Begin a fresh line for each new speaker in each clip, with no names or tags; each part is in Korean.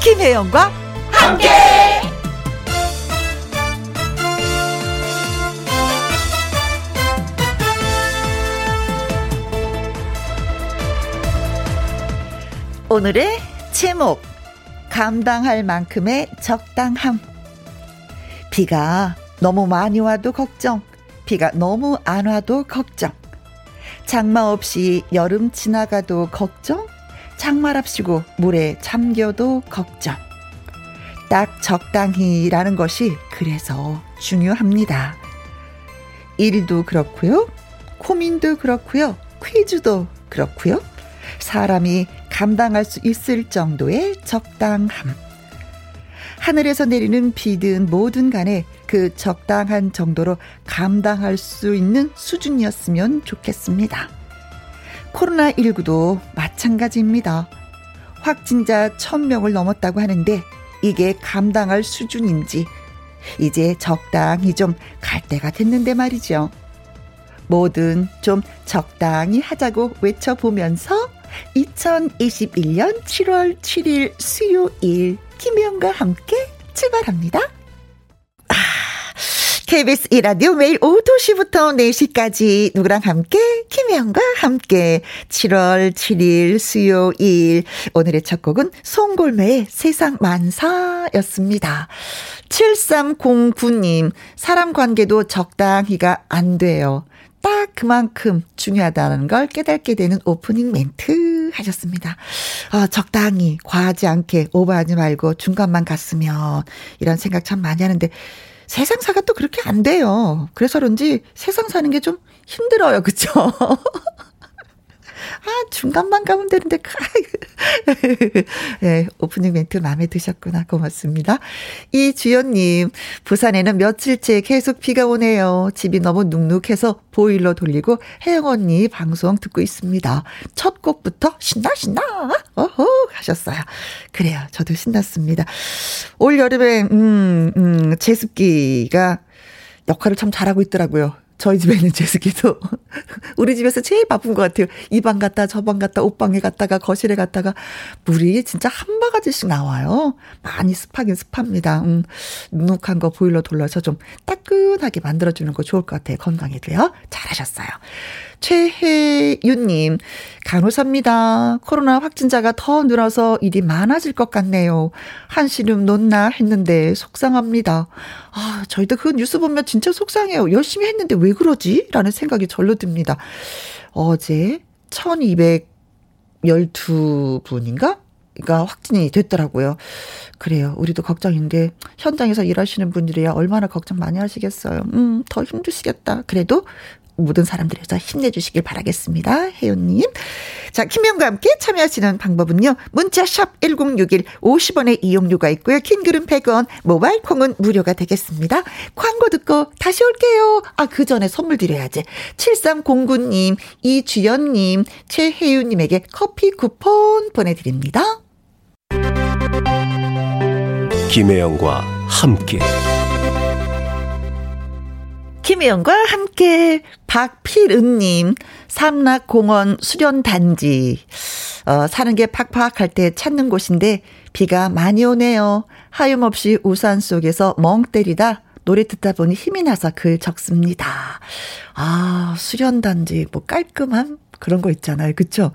김혜영과 함께. 오늘의 제목 감당할 만큼의 적당함. 비가 너무 많이 와도 걱정, 비가 너무 안 와도 걱정. 장마 없이 여름 지나가도 걱정, 장마랍시고 물에 잠겨도 걱정. 딱 적당히라는 것이 그래서 중요합니다. 일도 그렇고요. 고민도 그렇고요. 퀴즈도 그렇고요. 사람이 감당할 수 있을 정도의 적당함. 하늘에서 내리는 비든 뭐든 간에 그 적당한 정도로 감당할 수 있는 수준이었으면 좋겠습니다. 코로나19도 마찬가지입니다. 확진자 1000명을 넘었다고 하는데 이게 감당할 수준인지 이제 적당히 좀 갈 때가 됐는데 말이죠. 뭐든 좀 적당히 하자고 외쳐보면서 2021년 7월 7일 수요일 김혜영과 함께 출발합니다. 아, KBS 이라디오 매일 오후 2시부터 4시까지 누구랑 함께 김혜영과 함께 7월 7일 수요일 오늘의 첫 곡은 송골매의 세상 만사였습니다. 7309님 사람 관계도 적당히가 안 돼요. 딱 그만큼 중요하다는 걸 깨닫게 되는 오프닝 멘트 하셨습니다. 아, 적당히, 과하지 않게, 오버하지 말고 중간만 갔으면 이런 생각 참 많이 하는데 세상사가 또 그렇게 안 돼요. 그래서 그런지 세상 사는 게 좀 힘들어요. 그쵸? 아, 중간만 가면 되는데, 네, 오프닝 멘트 마음에 드셨구나. 고맙습니다. 이주연님, 부산에는 며칠째 계속 비가 오네요. 집이 너무 눅눅해서 보일러 돌리고 혜영 언니 방송 듣고 있습니다. 첫 곡부터 신나, 신나! 어허! 하셨어요. 그래요. 저도 신났습니다. 올 여름에, 음, 음, 제습기가 역할을 참 잘하고 있더라고요. 저희 집에는 제습기도 우리 집에서 제일 바쁜 것 같아요. 이 방 갔다 저 방 갔다 옷방에 갔다가 거실에 갔다가 물이 진짜 한 바가지씩 나와요. 많이 습하긴 습합니다. 음, 눅눅한 거 보일러 돌려서 좀 따끈하게 만들어주는 거 좋을 것 같아요. 건강에도요. 잘하셨어요. 최혜윤님, 간호사입니다. 코로나 확진자가 더 늘어서 일이 많아질 것 같네요. 한시름 놓나 했는데 속상합니다. 아, 저희도 그 뉴스 보면 진짜 속상해요. 열심히 했는데 왜 그러지? 라는 생각이 절로 듭니다. 어제 1212분인가? 가 확진이 됐더라고요. 그래요. 우리도 걱정인데 현장에서 일하시는 분들이야 얼마나 걱정 많이 하시겠어요. 음, 더 힘드시겠다. 그래도 모든 사람들에서 힘내주시길 바라겠습니다. 혜연님. 자, 김영과 함께 참여하시는 방법은요. 문자샵 1061 50원의 이용료가 있고요. 킹글은 100원, 모바일 콩은 무료가 되겠습니다. 광고 듣고 다시 올게요. 아, 그 전에 선물 드려야지. 7309님, 이주연님, 최혜윤님에게 커피 쿠폰 보내드립니다.
김혜영과 함께
김혜영과 함께 박필은님 삼락공원 수련단지 어, 사는 게 팍팍할 때 찾는 곳인데 비가 많이 오네요. 하염없이 우산 속에서 멍 때리다 노래 듣다 보니 힘이 나서 글 적습니다. 아 수련단지 뭐 깔끔함 그런 거 있잖아요. 그쵸?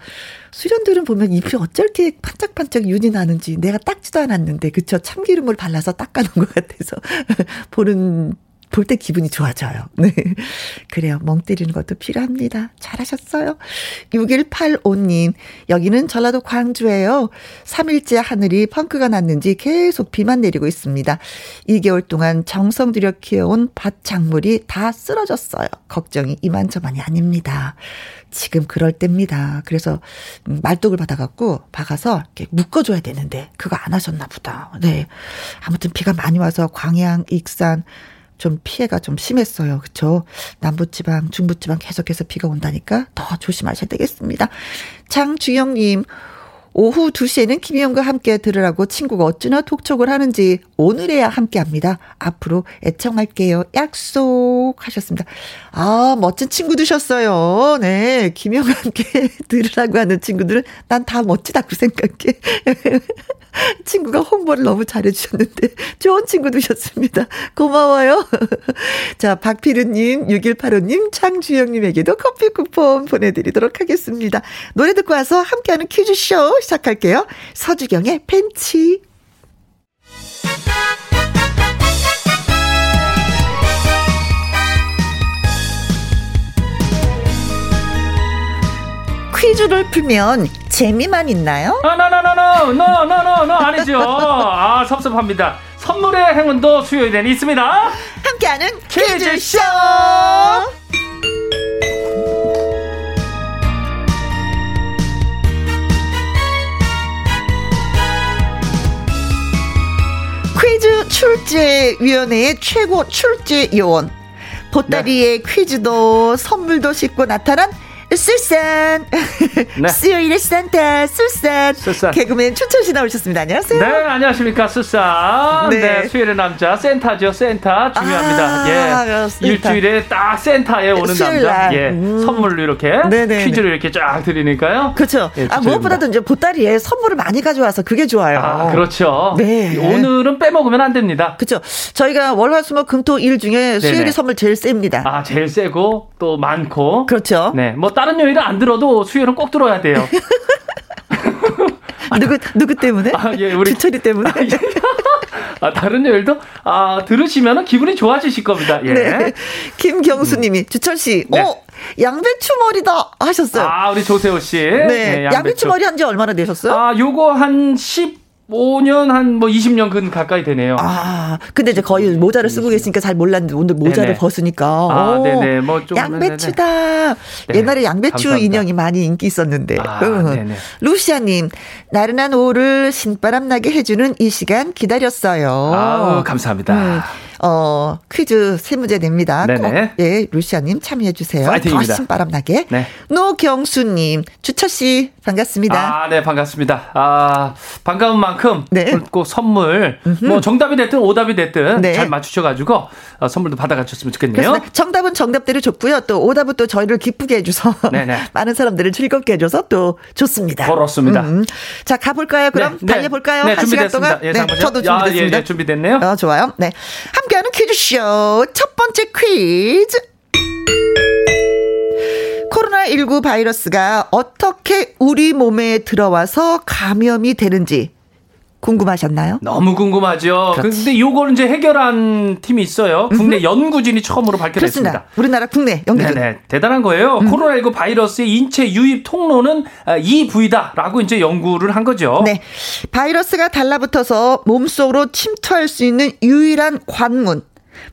수련들은 보면 잎이 어쩔게 반짝반짝 윤이 나는지 내가 닦지도 않았는데, 그쵸? 참기름을 발라서 닦아놓은 것 같아서 보는 볼때 기분이 좋아져요. 네. 그래요. 멍 때리는 것도 필요합니다. 잘하셨어요. 6185님, 여기는 전라도 광주예요. 3일째 하늘이 펑크가 났는지 계속 비만 내리고 있습니다. 2개월 동안 정성 들여 키워온 밭작물이 다 쓰러졌어요. 걱정이 이만저만이 아닙니다. 지금 그럴 때입니다. 그래서 음, 말뚝을 받아갖고 박아서 이렇게 묶어줘야 되는데 그거 안 하셨나 보다. 네. 아무튼 비가 많이 와서 광양, 익산, 좀 피해가 좀 심했어요. 그쵸? 남부지방, 중부지방 계속해서 비가 온다니까 더 조심하셔야 되겠습니다. 장주영님, 오후 2시에는 김희영과 함께 들으라고 친구가 어찌나 독촉을 하는지 오늘에야 함께 합니다. 앞으로 애청할게요. 약속 하셨습니다. 아, 멋진 친구 드셨어요. 네. 김희영과 함께 들으라고 하는 친구들은 난 다 멋지다고 생각해. 친구가 홍보를 너무 잘해주셨는데 좋은 친구 되셨습니다. 고마워요. 자, 박필우님, 6185님, 창주영님에게도 커피 쿠폰 보내드리도록 하겠습니다. 노래 듣고 와서 함께하는 퀴즈쇼 시작할게요. 서주경의 팬치. 퀴즈를 풀면 재미만 있나요?
아, 나나나나, 너너너너 아니죠. 아 섭섭합니다. 선물의 행운도 수요일엔 있습니다.
함께하는 퀴즈쇼!
퀴즈쇼!
퀴즈 출제위원회의 최고 출제 요원.
네.
보따리에 퀴즈도 선물도 싣고 나타난 술산.
네.
수요일의 산타, 술산.
술산.
개그맨 춘철 씨 나오셨습니다. 안녕하세요.
네, 안녕하십니까, 수사.
네.
네. 수요일의 남자, 센타죠, 센타. 중요합니다.
아,
예.
센타.
일주일에 딱 센타에 오는
수요일
남자.
날.
예.
음.
선물로 이렇게
네네네.
퀴즈를 이렇게 쫙 드리니까요.
그렇죠.
예,
아,
추천입니다.
무엇보다도 이제 보따리에 선물을 많이 가져와서 그게 좋아요.
아, 그렇죠.
네.
오늘은 빼먹으면 안 됩니다.
그렇죠. 저희가 월화수목금토일 중에 수요일이
네네.
선물 제일 셉니다.
아, 제일 세고 또 많고.
그렇죠.
네. 뭐 다른 요일은 안 들어도 수요일은 꼭 들어야 돼요.
누구 누구 때문에?
아, 예, 우리-
주철이 때문에.
아, 다른 요일도 아, 들으시면 기분이 좋아지실 겁니다. 예.
네. 김경수님이 주철 씨,
네.
어 양배추 머리다 하셨어요.
아, 우리 조세호 씨.
네.
네,
양배추. 머리 한 지 얼마나 되셨어요?
아, 요거 한 15년 한 뭐 20년 근 가까이 되네요. 아,
아, 근데 이제 거의 모자를 쓰고 계시니까 잘 몰랐는데 오늘 모자를
네네.
벗으니까. 오,
네네. 뭐 좀.
양배추다.
네네.
옛날에 양배추
감사합니다.
인형이 많이 인기 있었는데.
아,
응.
네네.
루시아님, 나른한 오후를 신바람 나게 해주는 이 시간 기다렸어요.
아우, 감사합니다.
음, 어, 퀴즈 세 문제 냅니다.
네네.
꼭, 예, 루시아님 참여해주세요.
파이팅입니다.
더 신바람나게.
네.
노경수님, 주철씨, 반갑습니다.
아, 네, 반갑습니다. 아, 반가운 만큼
네.
오늘 꼭 선물 뭐 정답이 됐든 오답이 됐든
네.
잘 맞추셔 가지고 어, 선물도 받아 가셨으면 좋겠네요.
그래서 정답은 정답대로 좋고요. 또 오답은 또 저희를 기쁘게 해줘서
네네.
많은 사람들을 즐겁게 해줘서 또 좋습니다. 음,
그렇습니다.
자 가볼까요? 그럼
네, 네.
달려볼까요?
네,
한 시간 동안.
예, 잠깐만요.
저도
아,
준비됐습니다.
예, 예, 준비됐네요.
어, 좋아요. 네, 함께하는 퀴즈쇼 첫 번째 퀴즈. 코로나19 바이러스가 어떻게 우리 몸에 들어와서 감염이 되는지 궁금하셨나요?
너무 궁금하죠. 근데 요걸 이제 해결한 팀이 있어요. 국내 연구진이 처음으로 밝혀냈습니다.
그렇습니다. 음. 우리나라 국내 연결.
네네 대단한 거예요. 코로나19 바이러스의 인체 유입 통로는 아, 이 부위다라고 이제 연구를 한 거죠.
네. 바이러스가 달라붙어서 몸속으로 침투할 수 있는 유일한 관문.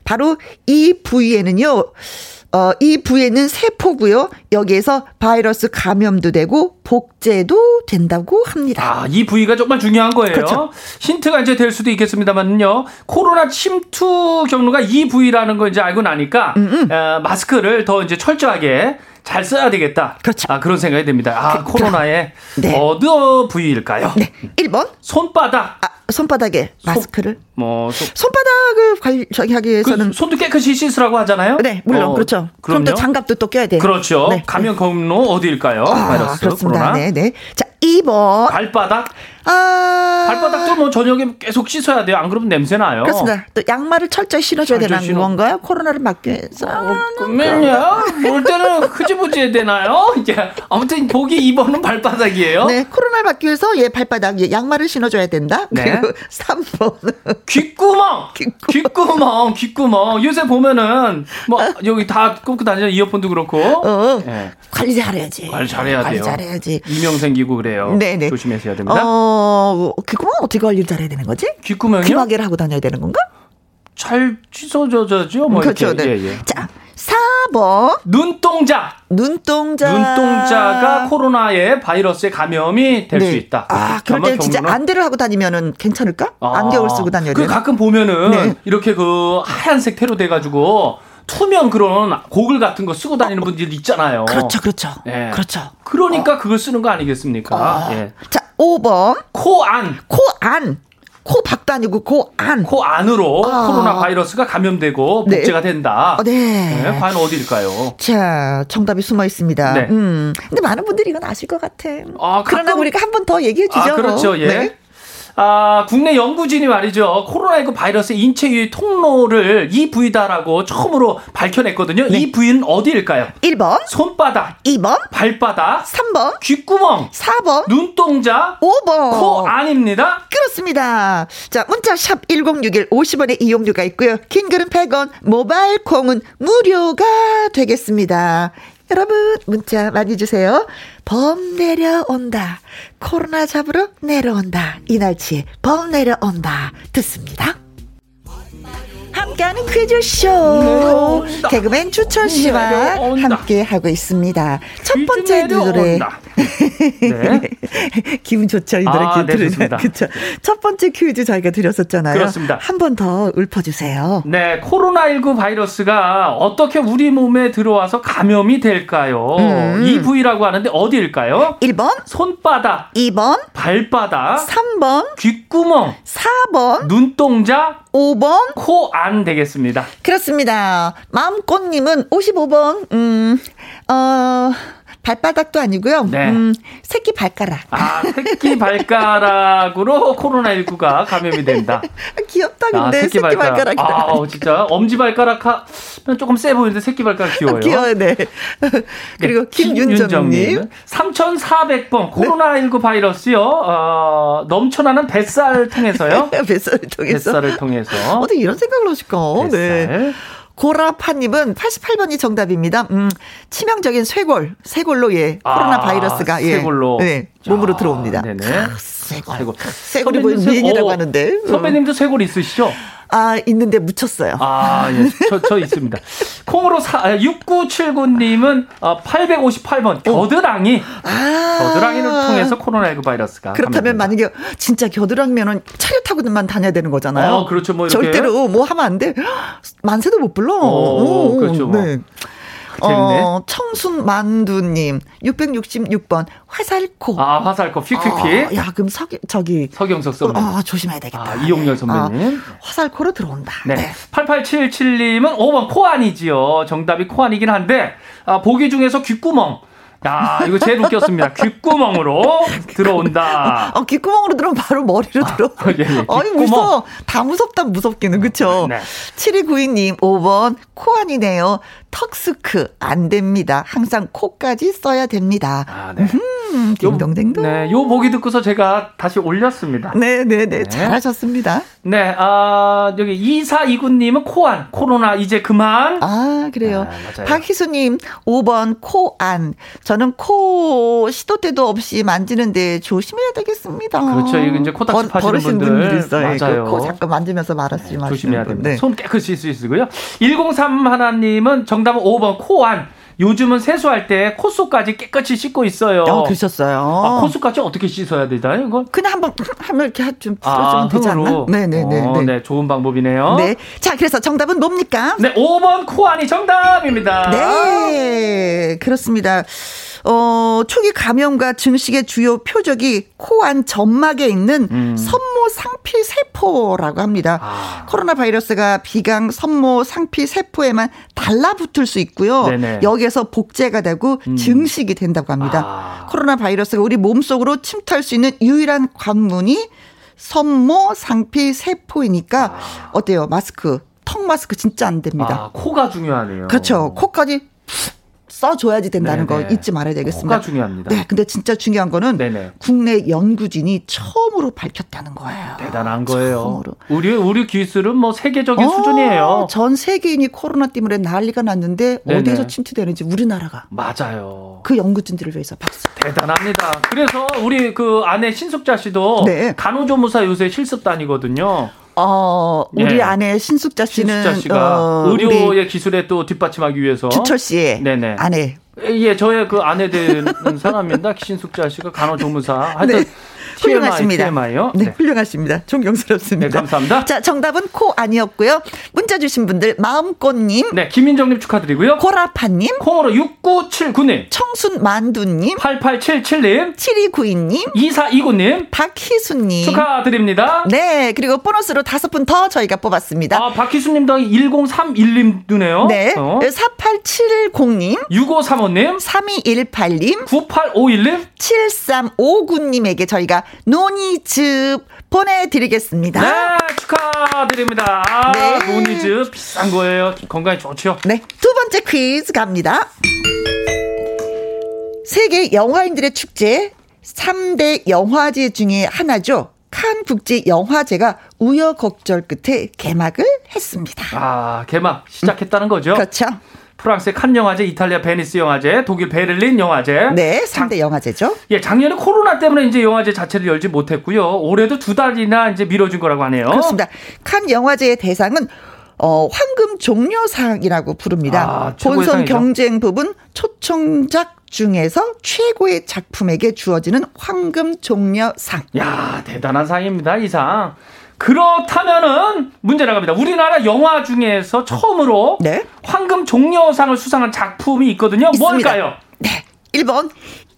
바로 이 부위에는요. 어, 이 부위에는 세포고요. 여기에서 바이러스 감염도 되고 복제도 된다고 합니다.
아, 이 부위가 정말 중요한 거예요.
그렇죠.
힌트가 이제 될 수도 있겠습니다만요. 코로나 침투 경로가 이 부위라는 걸 이제 알고 나니까
음,
어, 마스크를 더 이제 철저하게 잘 써야 되겠다.
그렇죠. 그러니까.
아, 그런 생각이 듭니다. 아, 코로나의
네.
어느 부위일까요?
네. 1번.
손바닥.
아, 손바닥에 마스크를
뭐 손-
손바닥을 관리 저기 하기
그
위해서는
손도 깨끗이 씻으라고 하잖아요.
네, 물론
어,
그렇죠. 그럼
그럼요.
또 장갑도 또 껴야 돼요.
그렇죠.
네.
감염 경로 어디일까요?
아,
바이러스
그렇습니다.
코로나.
네, 어? 네. 자, 2번.
발바닥.
아.
발바닥도 뭐 저녁에 계속 씻어야 돼요. 안 그러면 냄새 나요.
그렇습니다. 또 양말을 철저히 신어줘야
철저히
되는
신어. 아,
건가요? 코로나를 막기 위해서.
그러면요. 볼 때는 흐지부지 해야 되나요? 이제 아무튼 보기 2번은 발바닥이에요.
네, 코로나를 막기 위해서 예 발바닥 예, 양말을 신어줘야 된다.
어? 네.
그리고 3번
귓구멍,
귓구멍.
귓구멍, 귓구멍. 요새 보면은 뭐 여기 다 꽂고 다니는 이어폰도 그렇고.
어.
예.
관리 잘해야지.
관리 잘해야
관리
돼요.
잘해야지.
이명 생기고 그래요.
네네.
조심해서 해야 됩니다.
어, 그거만 어떻게 관리 를 잘해야 되는 거지?
귓구멍이요?
귀마개를 하고 다녀야 되는 건가?
잘 씻어져야죠. 뭐
그렇죠.
이렇게.
네.
예, 예.
자, 4번
눈동자.
눈동자.
눈동자가 코로나의 바이러스에 감염이 될 수
네.
있다.
아, 그럴
감염
때 진짜
경로는?
안대를 하고 다니면은 괜찮을까?
아.
안경을 쓰고 다녀야
그
돼.
가끔 보면은
네.
이렇게 그 하얀색 테로 돼가지고 투명 그런 고글 같은 거 쓰고 다니는 분들 있잖아요.
그렇죠, 그렇죠,
예.
그렇죠.
그러니까 그걸 쓰는 거 아니겠습니까? 예.
자, 5번.
코 안,
코 안. 코 밖도 아니고 코 안.
코 안으로
아.
코로나 바이러스가 감염되고
네.
복제가 된다. 예,
어, 네.
과연 어디일까요?
자, 정답이 숨어 있습니다.
네.
음. 근데 많은 분들이 이건 아실 것 같아.
아,
그러나
가끔-
우리가 한 번 더 얘기해 주죠.
아, 그렇죠. 예.
네.
아, 국내 연구진이 말이죠. 코로나19 바이러스 인체 유입 통로를 이 부위다라고 처음으로 밝혀냈거든요.
네.
이 부위는 어디일까요?
1번,
손바닥,
2번,
발바닥,
3번,
귓구멍,
4번,
눈동자,
5번.
코 아닙니다.
그렇습니다. 자, 문자 샵 1061 50원의 이용료가 있고요. 긴 글은 100원, 모바일 콩은 무료가 되겠습니다. 여러분, 문자 많이 주세요. 범 내려온다. 코로나 잡으러 내려온다. 이 날치에 범 내려온다. 듣습니다. 함께하는 퀴즈쇼.
내려온다.
개그맨 주철 씨와
내려온다.
함께하고 있습니다. 첫 번째
퀴즈
노래.
내려온다. 네.
기분 좋죠 이 노래
아,
아,
네,
들으면
좋습니다.
그렇죠. 첫 번째 퀴즈 저희가 드렸었잖아요.
그렇습니다.
한 번 더 읊어주세요.
네, 코로나19 바이러스가 어떻게 우리 몸에 들어와서 감염이 될까요?
음.
이 부위라고 하는데 어디일까요?
1번,
손바닥,
2번,
발바닥,
3번,
귓구멍,
4번,
눈동자,
5번.
코 안 되겠습니다.
그렇습니다. 마음꽃님은 55번. 음, 어. 발바닥도 아니고요.
네.
음, 새끼 발가락.
아, 새끼 발가락으로 코로나19가 감염이 된다.
아, 귀엽다 근데 새끼, 발가락.
아, 어, 진짜 엄지 발가락 하면 조금 세 보이는데 새끼 발가락 귀여워요.
귀여워요. 네. 그리고 김윤정님. 네.
3,400번 코로나19 바이러스요. 어, 넘쳐나는 뱃살 통해서요.
뱃살을 통해서.
뱃살을 통해서.
어떻게 이런 생각을 하실까? 네.
뱃살.
고라파님은 88번이 정답입니다. 음, 치명적인 쇄골, 쇄골로 예
아,
코로나 바이러스가 예,
쇄골로.
네, 몸으로
자,
들어옵니다.
네네.
아, 쇄골.
쇄골.
쇄골이 뭐
선배님 쇄-
미인이라고
어,
하는데 음.
선배님도 쇄골 있으시죠?
아 있는데 묻혔어요.
아, 예. 저, 저 있습니다. 콩으로 사, 아, 6979님은 858번 겨드랑이.
아,
겨드랑이를 통해서 코로나19 바이러스가.
그렇다면
감염된다.
만약에 진짜 겨드랑이면은 차려 타고만 다녀야 되는 거잖아요.
어, 그렇죠. 뭐 이렇게.
절대로 뭐 하면 안 돼. 만세도 못 불러.
어,
오,
그렇죠. 뭐.
네.
재밌네.
어, 청순 만두님 666번 화살코.
아, 화살코 휙휙휙.
아, 야, 그럼 서, 저기
서경석 선배.
아, 조심해야 되겠다.
아, 이용렬 선배님.
아, 화살코로 들어온다.
네.
네.
8877님은 5번 코안이지요. 정답이 코안이긴 한데, 아, 보기 중에서 귓구멍. 야, 이거 제일 웃겼습니다. 귓구멍으로 들어온다.
어, 귓구멍으로 들어오면 바로 머리로 들어.
예, 예,
어이,
귓구멍.
무서워. 다 무섭다, 무섭기는. 그쵸?
네.
7292님, 5번. 코안이네요. 턱스크. 안 됩니다. 항상 코까지 써야 됩니다.
아, 네.
음, 딩동댕동.
네, 요 보기 듣고서 제가 다시 올렸습니다.
네, 네, 네. 잘하셨습니다.
네, 아, 여기 2429님은 코안, 코로나 이제 그만.
아, 그래요.
아, 맞아요.
박희수님, 5번, 코 안. 저는 코 시도 때도 없이 만지는데 조심해야 되겠습니다.
그렇죠. 이거 이제 코딱지
버-
파시는
버릇인
분들.
있어요.
맞아요.
그코 잠깐 만지면서 말았지 마시는
조심해야
분.
됩니다.
네.
손 깨끗이 씻을 수 있고요. 103 하나님은 정답은 5번 코안. 요즘은 세수할 때 콧속까지 깨끗이 씻고 있어요.
어, 그러셨어요.
아, 콧속까지 어떻게 씻어야 되나요? 이건
그냥 한번 하면 이렇게 좀
아,
풀어주면 되지 않나?
흥으로.
네네네.
어,
네.
네, 좋은 방법이네요.
네. 자, 그래서 정답은 뭡니까?
네, 5번 코안이 정답입니다.
네, 그렇습니다. 어, 초기 감염과 증식의 주요 표적이 코 안 점막에 있는
음.
섬모 상피 세포라고 합니다.
아.
코로나 바이러스가 비강 섬모 상피 세포에만 달라붙을 수 있고요.
네네. 음.
여기에서 복제가 되고 증식이 된다고 합니다.
아.
코로나 바이러스가 우리 몸속으로 침투할 수 있는 유일한 관문이 섬모 상피 세포이니까 어때요? 마스크, 턱 마스크 진짜 안 됩니다.
아, 코가 중요하네요.
그렇죠. 코까지 써줘야지 된다는
네네.
거 잊지 말아야 되겠습니다.
코가 중요합니다.
네, 근데 진짜 중요한 거는
네네.
국내 연구진이 처음으로 밝혔다는 거예요.
아, 대단한 거예요.
처음으로.
우리 우리 기술은 뭐 세계적인 수준이에요.
어, 전 세계인이 코로나 때문에 난리가 났는데
네네.
어디에서 침투되는지 우리나라가
맞아요.
그 연구진들을 위해서 박수.
대단합니다. 그래서 우리 그 아내 신숙자 씨도
네.
간호조무사 요새 실습 다니거든요.
어, 우리
예.
아내 신숙자 씨는
신숙자 씨가
어, 우리
의료의 기술에 또 뒷받침하기 위해서 예,
주철 씨의
네네.
아내
예, 저의 그 아내 된 사람입니다. 신숙자 씨가 간호조무사. 하여튼
네. 훌륭하십니다.
TMI요?
네,
네.
훌륭하십니다. 존경스럽습니다.
네, 감사합니다.
자, 정답은 코 아니었고요. 문자 주신 분들 마음꽃님,
네, 김민정님 축하드리고요.
고라파님,
콩으로 6979님,
청순 만두님,
8877님,
7292님,
2429님
박희수님.
축하드립니다.
네, 그리고 보너스로 다섯 분 더 저희가 뽑았습니다.
아, 박희수님 더하기 1031님 누네요.
네,
어.
4870님,
6535님,
3218님,
9851님.
7359님에게 저희가 논이즙 보내드리겠습니다.
네, 축하드립니다. 아,
아. 네.
노니즈 비싼 거예요. 건강에 좋죠.
네, 두 번째 퀴즈 갑니다. 세계 영화인들의 축제 3대 영화제 중에 하나죠. 칸 국제 영화제가 우여곡절 끝에 개막을 했습니다.
아, 개막 시작했다는 거죠.
그렇죠.
프랑스의 칸 영화제, 이탈리아 베니스 영화제, 독일 베를린 영화제.
네, 3대 영화제죠.
예, 작년에 코로나 때문에 이제 영화제 자체를 열지 못했고요. 올해도 두 달이나 이제 미뤄진 거라고 하네요.
그렇습니다. 칸 영화제의 대상은 어, 황금 종려상이라고 부릅니다.
아, 최고의
본선
상이죠.
경쟁 부분 초청작 중에서 최고의 작품에게 주어지는 황금 종려상.
야, 대단한 상입니다, 이 상. 그렇다면은 문제 나갑니다. 우리나라 영화 중에서 처음으로
네.
황금 종려상을 수상한 작품이 있거든요.
있습니다.
뭘까요?
네. 1번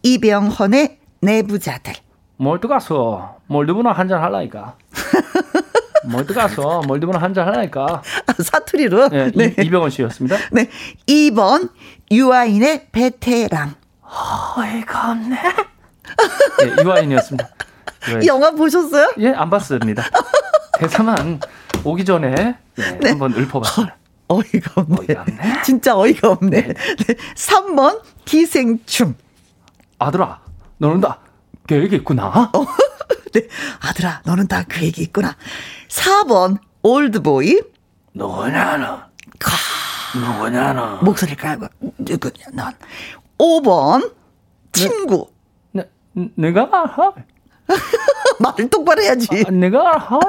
이병헌의 내부자들.
멀드 가서 멀드브나 한잔 할라니까. 멀드 가서 멀드브나 한잔 할라니까.
아, 사투리로.
네, 이-
네.
이병헌 씨였습니다.
네. 2번 유아인의 베테랑.
어이가 없네. 네, 이화인이었습니다. 네.
이 영화 보셨어요?
예, 안 봤습니다. 대사만 오기 전에 예,
네.
한번 읊어봤습니다.
어이가 없네.
어이가 없네.
진짜 어이가 없네. 네. 3번 기생충.
아들아, 너는 다 계획이 있구나.
네. 아들아, 너는 다 그 얘기 있구나. 4번, 올드보이.
누구냐 너?
가,
누구냐 너?
목소리 깔고, 누구냐, 넌. 5번, 친구.
내, 네, 음, 내가 하,
말을 똑바로 해야지.
내가 하.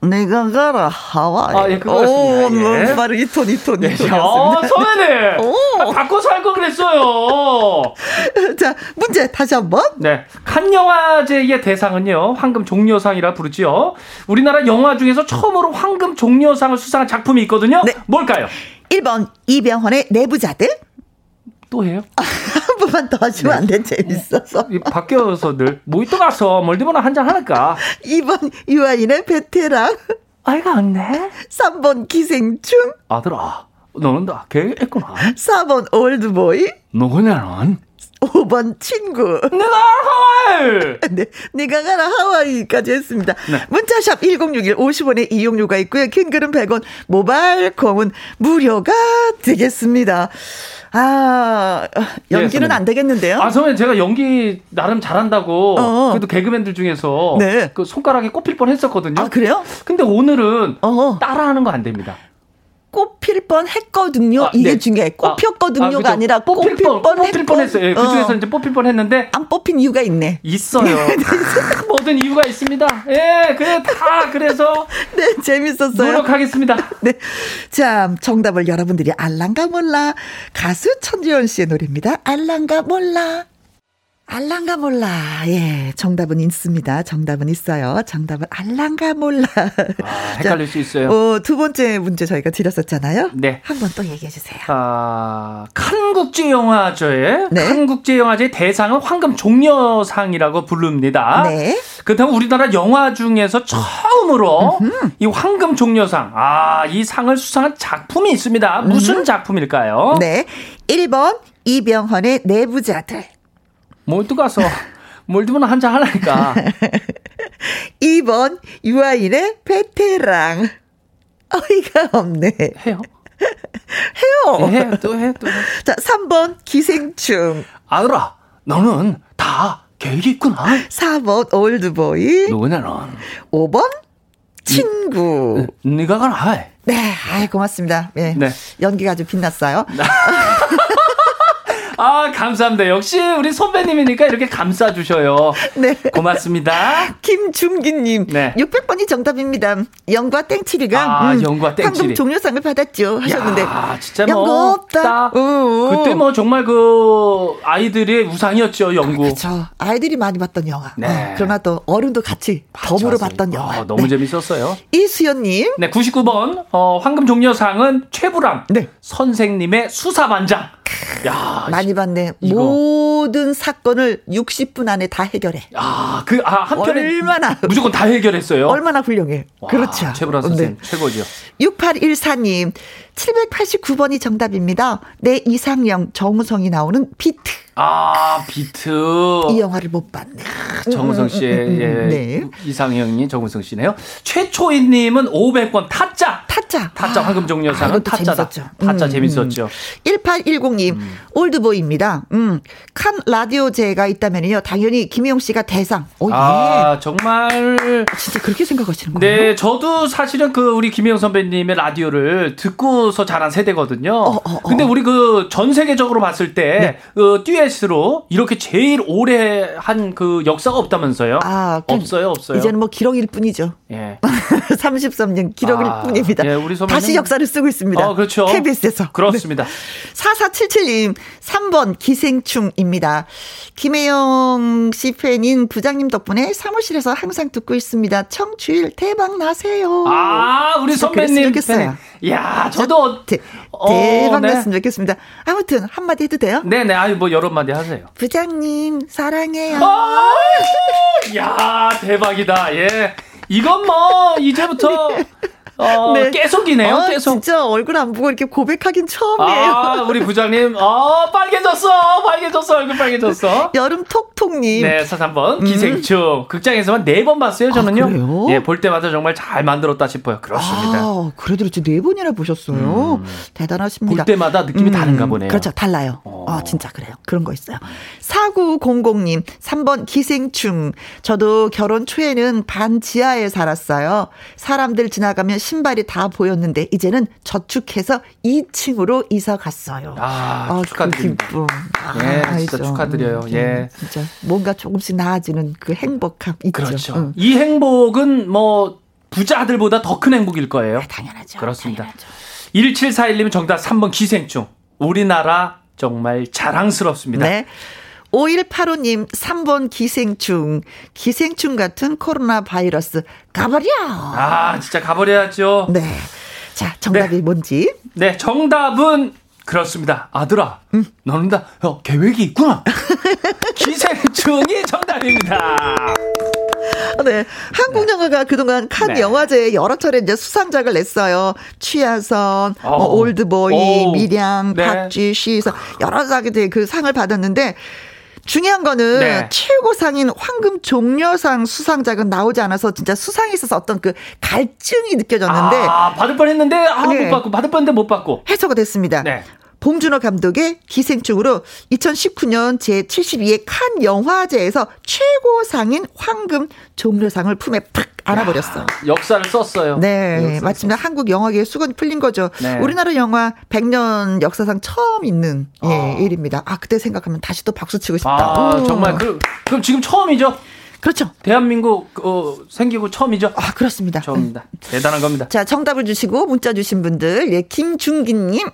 내가 가라, 하와이.
아, 예, 그거였습니다.
오, 뭐,
예.
바로 이 톤, 이 톤, 이 톤이었습니다.
야, 선배님,
오.
아, 바꿔서 할 걸 그랬어요.
자, 문제 다시 한 번.
네, 칸 영화제의 대상은요 황금 종려상이라 부르지요. 우리나라 영화 중에서 처음으로 황금 종려상을 수상한 작품이 있거든요.
네.
뭘까요?
1번, 이병헌의 내부자들.
또 해요?
한 번만 더 하시면 안 돼,
네.
재밌어서.
아, 이 바뀌어서 늘 모히또 가서 멀디보나 한잔 하니까.
2번, 유아인의 베테랑.
아이가 없네.
3번, 기생충.
아들아, 너는 다 계획했구나.
4번, 올드보이.
누구냐 넌?
5번, 친구.
내가 하와이.
네, 네가 가라 하와이까지 했습니다.
네.
문자샵 1061 50원의 이용료가 있고요. 킹글은 100원, 모바일 콩은 무료가 되겠습니다. 아, 연기는
예, 선생님.
안 되겠는데요?
아, 선배님, 제가 연기 나름 잘한다고,
어.
그래도 개그맨들 중에서,
네.
그 손가락에 꼽힐 뻔 했었거든요.
아, 그래요?
근데 오늘은,
어.
따라하는 거 안 됩니다.
꽃필 뻔 했거든요.
아,
이게
네.
중요해.
아, 아,
꽃폈거든요가
그죠.
아, 니라 꽃필, 뻔,
뽑힐 뻔 했어요. 예,
어.
그 중에서 이제 뽑힐 뻔 했는데,
안 뽑힌 이유가 있네.
있어요. 모든 이유가 있습니다. 예, 그래, 다, 그래서,
네, 재밌었어요.
노력하겠습니다.
네. 자, 정답을 여러분들이 알랑가 몰라. 가수 천지연 씨의 노래입니다. 알랑가 몰라. 알랑가 몰라. 예, 정답은 있습니다. 정답은 있어요. 정답은 알랑가 몰라.
아, 헷갈릴 수 있어요.
어, 두 번째 문제 저희가 드렸었잖아요.
네.
한 번 또 얘기해 주세요.
아, 칸국제영화제의
네.
칸국제영화제 대상은 황금 종려상이라고 부릅니다.
네.
그렇다면 우리나라 영화 중에서 처음으로 이 황금 종려상, 아, 이 상을 수상한 작품이 있습니다. 무슨 작품일까요?
음. 네. 1번 이병헌의 내부자들.
몰두 가서 몰두면 한잔 하라니까.
네. 2번 유아인의 베테랑. 어이가 없네.
해요.
해요.
해, 또 해, 또 해.
자, 3번 기생충.
아들아, 너는 다 계획이 있구나.
4번 올드보이,
누구냐, 넌.
5번 친구.
네가 가라. 해.
네, 아이 고맙습니다. 예.
네.
연기가 아주 빛났어요.
아, 감사합니다. 역시 우리 선배님이니까 이렇게 감싸주셔요.
네.
고맙습니다.
김준기님,
네.
600번이 정답입니다. 영과 땡칠이가 음,
아, 영과 땡칠이.
황금 종려상을 받았죠 하셨는데
야, 진짜
연구
뭐
없다.
없다. 그때 뭐 정말 그 아이들의 우상이었죠, 영구.
저 그렇죠. 아이들이 많이 봤던 영화.
네.
어, 그러나 또 어른도 같이 더불어
맞아요.
봤던 영화.
아, 너무
네.
재밌었어요.
이수연님,
네, 99번 어, 황금 종려상은 최불암
네.
선생님의 수사반장. 야,
많이 봤네.
이거.
모든 사건을 60분 안에 다 해결해.
아, 그, 아, 한편에
얼마나
무조건 다 해결했어요.
얼마나 훌륭해.
와,
그렇죠.
최불암 선생님, 최고죠.
6814님, 789번이 정답입니다. 내 이상형 정우성이 나오는 비트.
아, 비트.
이 영화를 못 봤네.
정우성 씨의
음, 음, 음, 음.
예,
네.
이상형이 정우성 씨네요. 최초희님은 500번 타짜.
타짜. 아,
타짜 황금 종려상은
이것도
타짜다.
재밌었죠.
타짜
음,
재밌었죠. 음.
1810님, 올드보이입니다. 음, 칸 라디오제가 있다면요. 당연히 김희용 씨가 대상. 오, 예.
아 정말
진짜 그렇게 생각하시는 거예요?
네, 저도 사실은 그 우리 김혜영 선배님의 라디오를 듣고서 자란 세대거든요.
어, 네. 어.
근데 우리 그 전 세계적으로 봤을 때 그 듀엣으로 이렇게 제일 오래 한 그 역사가 없다면서요?
아, 그럼
없어요, 없어요.
이제는 뭐 기록일 뿐이죠.
예.
33년 기록일
아,
뿐입니다.
예, 우리 선배님-
다시 역사를 쓰고 있습니다.
어, 그렇죠.
KBS에서. 네.
그렇습니다.
4477님, 3번 기생충입니다. 김혜영 씨 팬인 부장님 덕분에 사무실에서 항상 듣고 있습니다. 청취일 대박 나세요.
아, 우리
어, 진짜
선배님.
그랬으면 좋겠어요.
팬이- 야, 저도
대,
어,
대박
네.
났으면 좋겠습니다. 아무튼 한마디 해도 돼요?
네, 네. 아유, 뭐 여러 마디 하세요.
부장님 사랑해요.
아, 야, 대박이다. 예. 이건 뭐 이제부터 어,
네.
계속이네요.
아,
계속.
진짜 얼굴 안 보고 이렇게 고백하긴 처음이에요.
아, 우리 부장님. 아, 빨개졌어. 빨개졌어. 얼굴 빨개졌어.
여름 톡톡님.
네, 43번. 기생충. 극장에서만 네 번 봤어요, 저는요.
음. 아, 그래요?
예, 볼 때마다 정말 잘 만들었다 싶어요. 그렇습니다. 음.
아, 그래도 이제 네 번이나 보셨어요. 대단하십니다.
볼 때마다 느낌이 다른가 보네요. 어.
그렇죠. 달라요. 아, 진짜 그래요. 그런 거 있어요. 4900님, 3번 기생충. 저도 결혼 초에는 반 지하에 살았어요. 사람들 지나가면 신발이 다 보였는데, 이제는 저축해서 2층으로 이사 갔어요.
아,
그
축하드립니다.
기쁨. 아,
예, 진짜
알죠.
축하드려요.
음,
예.
진짜 뭔가 조금씩 나아지는 그 행복함 있죠.
그렇죠.
응.
이 행복은 뭐 부자들보다 더 큰 행복일 거예요.
당연하죠.
그렇습니다.
당연하죠.
1741님 정답 3번 기생충. 우리나라 정말 자랑스럽습니다.
네. 5185님, 3번 기생충. 기생충 같은 코로나 바이러스. 가버려!
아, 진짜 가버려야죠.
네. 자, 정답이 뭔지.
네, 정답은 그렇습니다. 아들아,
음.
너는 다 어, 계획이 있구나. 기생충이 정답입니다.
네. 한국 영화가 그동안 칸
네.
영화제에 여러 차례 이제 수상작을 냈어요. 취하선, 뭐
어.
올드보이,
오.
미량,
네.
박쥐, 시서 여러 작에 그 상을 받았는데 중요한 거는
네.
최고상인 황금 종려상 수상작은 나오지 않아서 진짜 수상에 있어서 어떤 그 갈증이 느껴졌는데
아, 받을 뻔 했는데, 아,
네.
못 받고, 받을 뻔 했는데 못 받고.
해소가 됐습니다.
네.
봉준호 감독의 기생충으로 2019년 제72회 칸 영화제에서 최고상인 황금 종려상을 품에 팍 안아버렸어요.
역사를 썼어요.
네,
역사를
마침내 한국 영화계의 수건이 풀린 거죠.
네.
우리나라 영화 100년 역사상 처음 있는 예,
아.
일입니다. 아 그때 생각하면 다시 또 박수 치고 싶다.
아,
오.
정말, 그, 그럼 지금 처음이죠?
그렇죠.
대한민국, 어, 생기고 처음이죠?
아 그렇습니다.
처음입니다. 대단한 겁니다.
자 정답을 주시고 문자 주신 분들 예, 김준기님,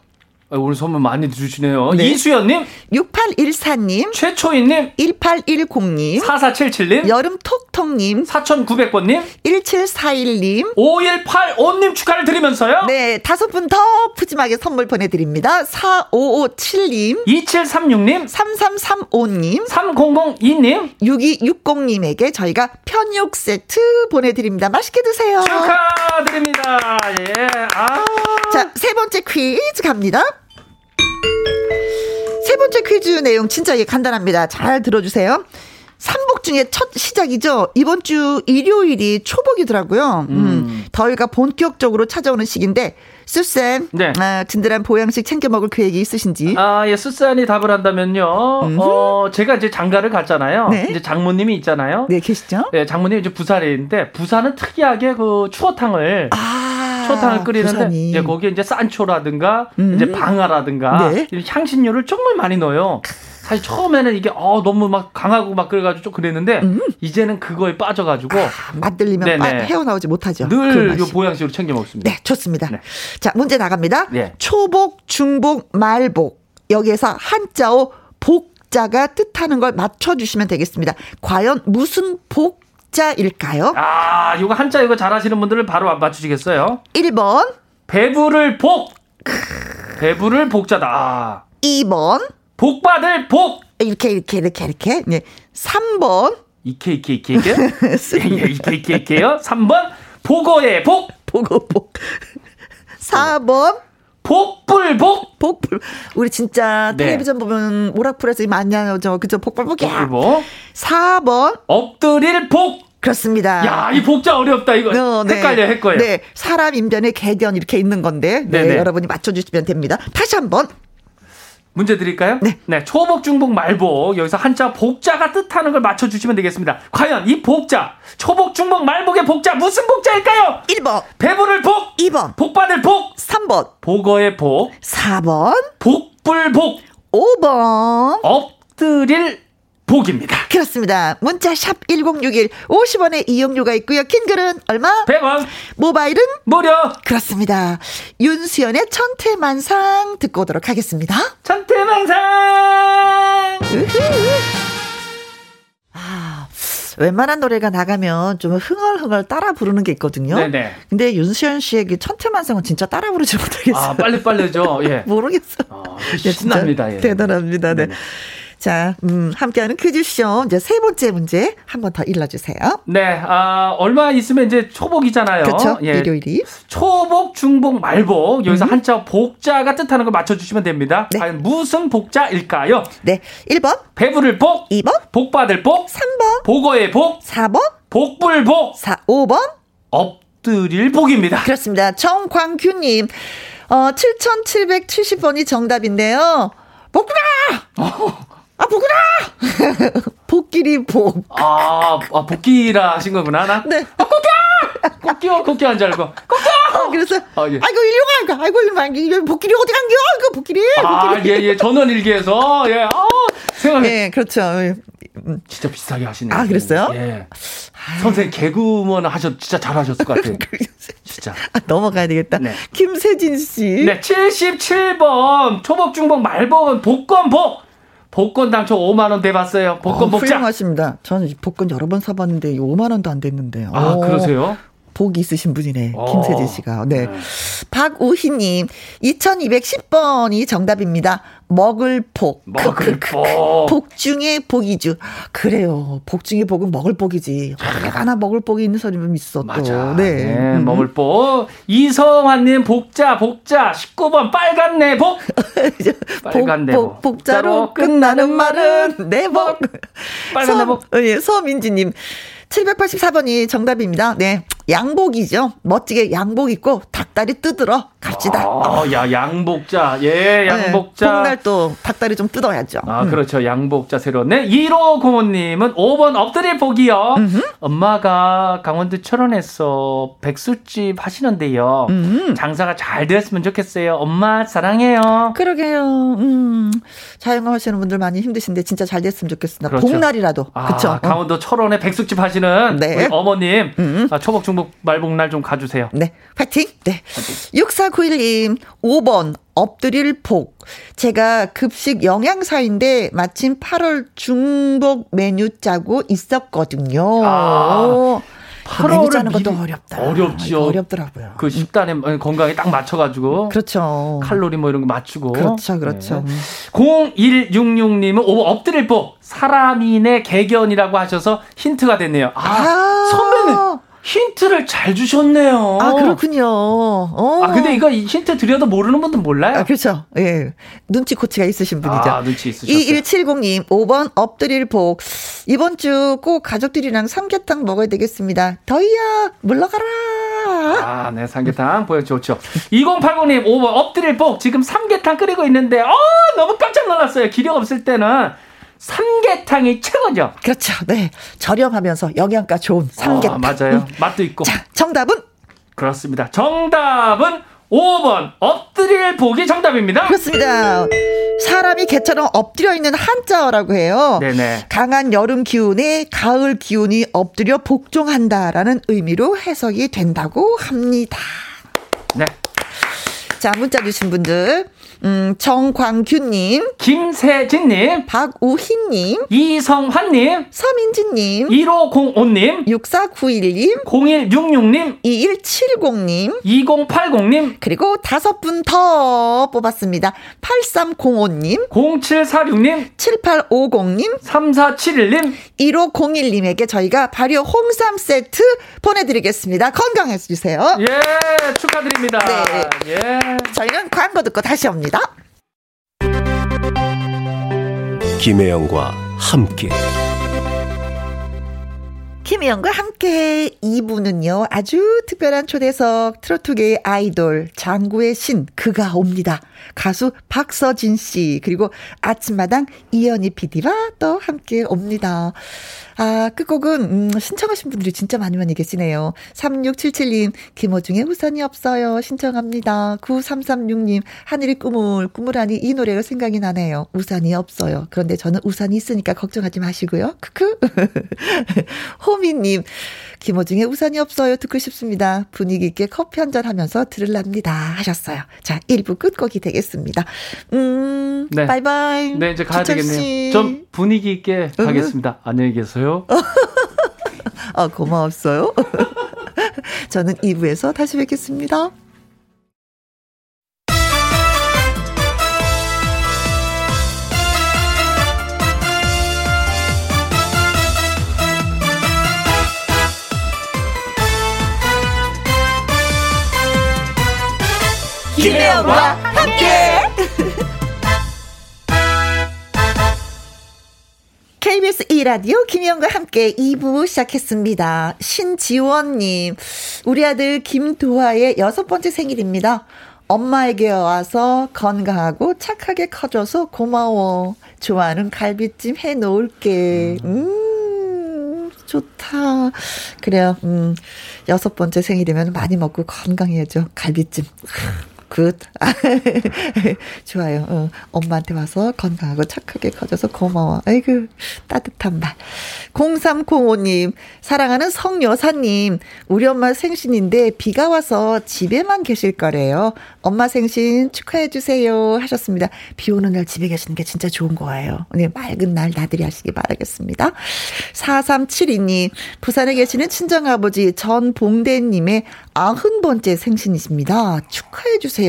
아, 오늘 선물 많이 주시네요.
네.
이수연님,
6814님,
최초인님,
1810님,
4477님,
네. 여름 톡톡님,
4900번님,
1741님.
5185님 축하를 드리면서요.
네, 다섯 분 더 푸짐하게 선물 보내드립니다. 4557님,
2736님,
3335님,
3002님
6260님에게 저희가 편육 세트 보내드립니다. 맛있게 드세요.
축하드립니다. 예. 아.
자, 세 번째 퀴즈 갑니다. 세 번째 퀴즈 내용 진짜 이게 간단합니다. 잘 들어주세요. 삼복 중에 첫 시작이죠. 이번 주 일요일이 초복이더라고요. 음, 더위가 본격적으로 찾아오는 시기인데, 쑥쌤,
네.
아, 든든한 보양식 챙겨 먹을 계획이 있으신지.
아, 예, 수산이 답을 한다면요. 어, 제가 이제 장가를 갔잖아요.
네.
이제 장모님이 있잖아요.
네, 계시죠?
예, 장모님 이제 부산에 있는데 부산은 특이하게 그 추어탕을
아,
추어탕을 끓이는데
부산이. 음.
예, 거기에 이제 산초라든가 이제 방아라든가
네.
이런 향신료를 정말 많이 넣어요. 사실 처음에는 이게 어 너무 막 강하고 막 그래가지고 좀 그랬는데
음.
이제는 그거에 빠져가지고
맛 들리면
네네.
빠- 헤어나오지 못하죠. 아, 그
늘
맛이.
이 보양식으로 챙겨 먹습니다.
네, 좋습니다.
네.
자, 문제 나갑니다.
예.
초복, 중복, 말복. 여기에서 한자어 복자가 뜻하는 걸 맞춰주시면 되겠습니다. 과연 무슨 복자일까요?
아 이거 한자 이거 잘하시는 분들은 바로 안 맞추시겠어요?
1번,
배부를 복 배부를 복자다. 아,
2번,
복받을 복
이렇게, 이렇게, 이렇게, 이렇게. 네. 3번,
이케 이케 이케 이케
쓰리.
예, 예, 이케 이케 이케요. 3번 복어의 복
보고복. 4번,
복불복
복불. 우리 진짜
네.
텔레비전 보면 오락풀에서 많이 하죠. 그죠? 복불복이야.
복불복
4번,
엎드릴 복.
그렇습니다.
야, 이 복자 어렵다 이거.
아. 어, 네.
헷갈려 헷갈려.
네. 사람 인변의 개견 이렇게 있는 건데 네,
네네.
여러분이 맞춰주시면 됩니다. 다시 한번
문제 드릴까요?
네.
초복 중복 말복 여기서 한자 복자가 뜻하는 걸 맞춰 주시면 되겠습니다. 과연 이 복자 초복 중복 말복의 복자 무슨 복자일까요?
1번,
배부를 복,
2번,
복받을 복,
3번,
복어의 복,
4번,
복불복,
5번.
엎드릴 복입니다.
그렇습니다. 문자 샵 1061 50원의 이용료가 있고요. 킹글은 얼마?
100원
모바일은
무료
그렇습니다. 윤수연의 천태만상 듣고 오도록 하겠습니다.
천태만상.
아, 웬만한 노래가 나가면 좀 흥얼흥얼 따라 부르는 게 있거든요.
네네.
근데 윤수연 씨의 그 천태만상은 진짜 따라 부르지 못하겠어요.
아 빨리 빨리죠. 예.
모르겠어.
아,
네, 진짜
신납니다. 예.
대단합니다. 네.
네네.
자, 음, 함께하는 퀴즈쇼. 이제 세 번째 문제 한 번 더 일러주세요.
네, 아, 얼마 있으면 이제 초복이잖아요.
그렇죠?
예.
일요일이.
초복, 중복, 말복. 여기서 한자 복자가 뜻하는 걸 맞춰주시면 됩니다.
네.
과연 무슨 복자일까요?
네. 1번,
배부를 복,
2번,
복받을 복,
3번,
복어의 복,
4번,
복불복,
4, 5번.
엎드릴 복입니다.
그렇습니다. 정광규님. 어, 7770번이 정답인데요. 복구라!
어.
아, 복구라! 복끼리 복.
아, 아, 복귀라 하신 거구나, 아, 나?
네.
꺾여, 꺾여 한줄 알고.
아, 그래서,
아, 예.
아이고, 일용아, 이거, 아이고, 일용아, 이거 복끼리 어디 간 겨? 이거 복끼리,
아,
복끼리.
예, 예. 전원 일기에서, 예. 아, 생각해.
예, 그렇죠. 예. 음,
진짜 비슷하게 하시네요.
아, 그랬어요?
예. 선생님, 개그우먼 하셨, 진짜 잘하셨을 것 같아요. 진짜.
아, 넘어가야 되겠다.
네.
김세진 씨.
네, 77번 초복 중복 말복은 복권복 복권 당초 5만 원 대봤어요. 복권
어,
복자.
훌륭하십니다. 저는 이 복권 여러 번 사봤는데 이 5만 원도 안 됐는데요.
아
오,
그러세요?
복이 있으신 분이네.
어.
김세진 씨가. 네.
네.
박우희님 2210번이 정답입니다. 먹을 복.
먹을
크크크.
복.
복 중에 복이죠. 그래요. 복 중에 복은 먹을 복이지. 얼마나 먹을 복이 있는 사람이 있어 또.
맞아.
네.
네.
음.
먹을 복. 이성환님 복자 복자 19번 빨간 내복. 빨간 내복.
복, 복, 자로
복자로
끝나는 말은 내복.
빨간 내복.
예, 서민지님. 784번이 정답입니다. 네. 양복이죠. 멋지게 양복 입고 닭다리 뜯으러 갑시다.
아, 야 양복자. 예,
네,
양복자.
복날 또 닭다리 좀 뜯어야죠. 음.
아, 그렇죠. 양복자 새로네. 1호 공원님은 5번 엎드릴 복이요. 엄마가 강원도 철원에서 백수집 하시는데요.
음.
장사가 잘 되었으면 좋겠어요. 엄마 사랑해요.
그러게요. 음. 자영업 하시는 분들 많이 힘드신데 진짜 잘 됐으면 좋겠습니다.
그렇죠.
복날이라도.
아,
그쵸? 어.
강원도 철원에 백숙집 하시는
네. 음.
우리 어머님. 아, 초복 중복 말복날 좀 가주세요.
네, 파이팅! 네. 6491님, 5번, 엎드릴 복. 제가 급식 영양사인데, 마침 8월 중복 메뉴 짜고 있었거든요.
아,
그 메뉴
8월을
짜는 것도
미리-
어렵다.
어렵지요.
이거 어렵더라고요. 그,
그 식단에 건강에 딱 맞춰가지고
렇죠
칼로리 네. 뭐 이런 거 맞추고.
그렇죠, 그렇죠.
0166님은 오 엎드릴 복 사람인의 개견이라고 하셔서 힌트가 됐네요. 아,
아.
선배는 힌트를 잘 주셨네요.
아, 그렇군요. 어.
아, 근데 이거 이 힌트 드려도 모르는 분들 몰라요.
아, 그렇죠. 예. 눈치 코치가 있으신 분이죠.
아, 눈치 있으셨어요.
2170님, 5번 엎드릴 복. 이번 주 꼭 가족들이랑 삼계탕 먹어야 되겠습니다. 더위야, 물러가라.
아, 네, 삼계탕 보여 좋죠. 2080님, 5번 엎드릴 복 지금 삼계탕 끓이고 있는데 어, 너무 깜짝 놀랐어요. 기력 없을 때는 삼계탕이 최고죠.
그렇죠. 네. 저렴하면서 영양가 좋은 삼계탕.
아, 맞아요. 어, 맛도 있고.
자, 정답은
그렇습니다. 정답은 5번 엎드릴 보기 정답입니다.
그렇습니다. 사람이 개처럼 엎드려 있는 한자어라고 해요.
네네.
강한 여름 기운에 가을 기운이 엎드려 복종한다라는 의미로 해석이 된다고 합니다.
네.
자, 문자 주신 분들. 음, 정광규님,
김세진님,
박우희님,
이성환님,
서민지님,
1505님,
6491님,
0166님,
2170님,
2080님,
그리고 다섯 분 더 뽑았습니다. 8305님,
0746님,
7850님,
3471님,
1501님에게 저희가 발효 홍삼 세트 보내드리겠습니다. 건강해주세요.
예, 축하드립니다.
네.
예.
저희는 광고 듣고 다시 옵니다.
김혜영과 함께
김희영과 함께 2부는요, 아주 특별한 초대석 트로트계의 아이돌, 장구의 신, 그가 옵니다. 가수 박서진 씨, 그리고 아침마당 이현희 PD와 또 함께 옵니다. 아, 끝곡은, 음, 신청하신 분들이 진짜 많이 많이 계시네요. 3677님, 김호중의 우산이 없어요. 신청합니다. 9336님, 하늘이 꾸물, 꾸물하니 이 노래가 생각이 나네요. 우산이 없어요. 그런데 저는 우산이 있으니까 걱정하지 마시고요. 크크. 호미님, 김호중의 우산이 없어요. 듣고 싶습니다. 분위기 있게 커피 한 잔 하면서 들을랍니다. 하셨어요. 자, 1부 끝곡이 되겠습니다. 음,
네.
바이바이.
네, 이제 가야
주철
되겠네요.
씨.
좀 분위기 있게
으흠.
가겠습니다. 안녕히 계세요.
아, 고마웠어요. 저는 2부에서 다시 뵙겠습니다.
김혜영과
함께 KBS 2라디오 김희영과 함께 2부 시작했습니다. 신지원님, 우리 아들 김도하의 여섯 번째 생일입니다. 엄마에게 와서 건강하고 착하게 커줘서 고마워. 좋아하는 갈비찜 해놓을게. 음, 좋다. 그래요. 음, 여섯 번째 생일이면 많이 먹고 건강해야죠. 갈비찜. 굿. 좋아요. 어, 엄마한테 와서 건강하고 착하게 커져서 고마워. 아이고, 따뜻한 말. 0305님, 사랑하는 성여사님, 우리 엄마 생신인데 비가 와서 집에만 계실 거래요. 엄마 생신 축하해주세요. 하셨습니다. 비 오는 날 집에 계시는 게 진짜 좋은 거예요. 네, 맑은 날 나들이 하시기 바라겠습니다. 4372님, 부산에 계시는 친정아버지 전봉대님의 아흔 번째 생신이십니다. 축하해주세요.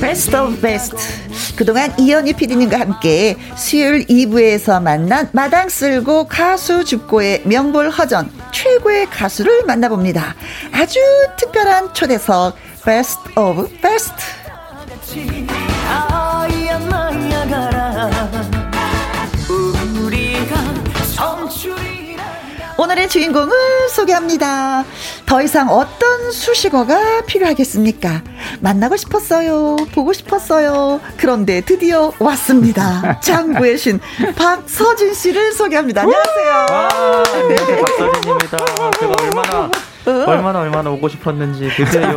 베스트 오브 베스트. 그동안 이현희 PD님과 함께 수요일 2부에서 만난 마당 쓸고 가수 죽고의 명불 허전 최고의 가수를 만나봅니다. 아주 특별한 초대석 베스트 오브 베스트.
아이야 나야가라 우리가 성출이라
오늘의 주인공을 소개합니다. 더 이상 어떤 수식어가 필요하겠습니까? 만나고 싶었어요. 보고 싶었어요. 그런데 드디어 왔습니다. 장구의 신 박서진 씨를 소개합니다. 안녕하세요.
아, 네, 박서진입니다. 제가 얼마나 얼마나 얼마나 오고 싶었는지 드디어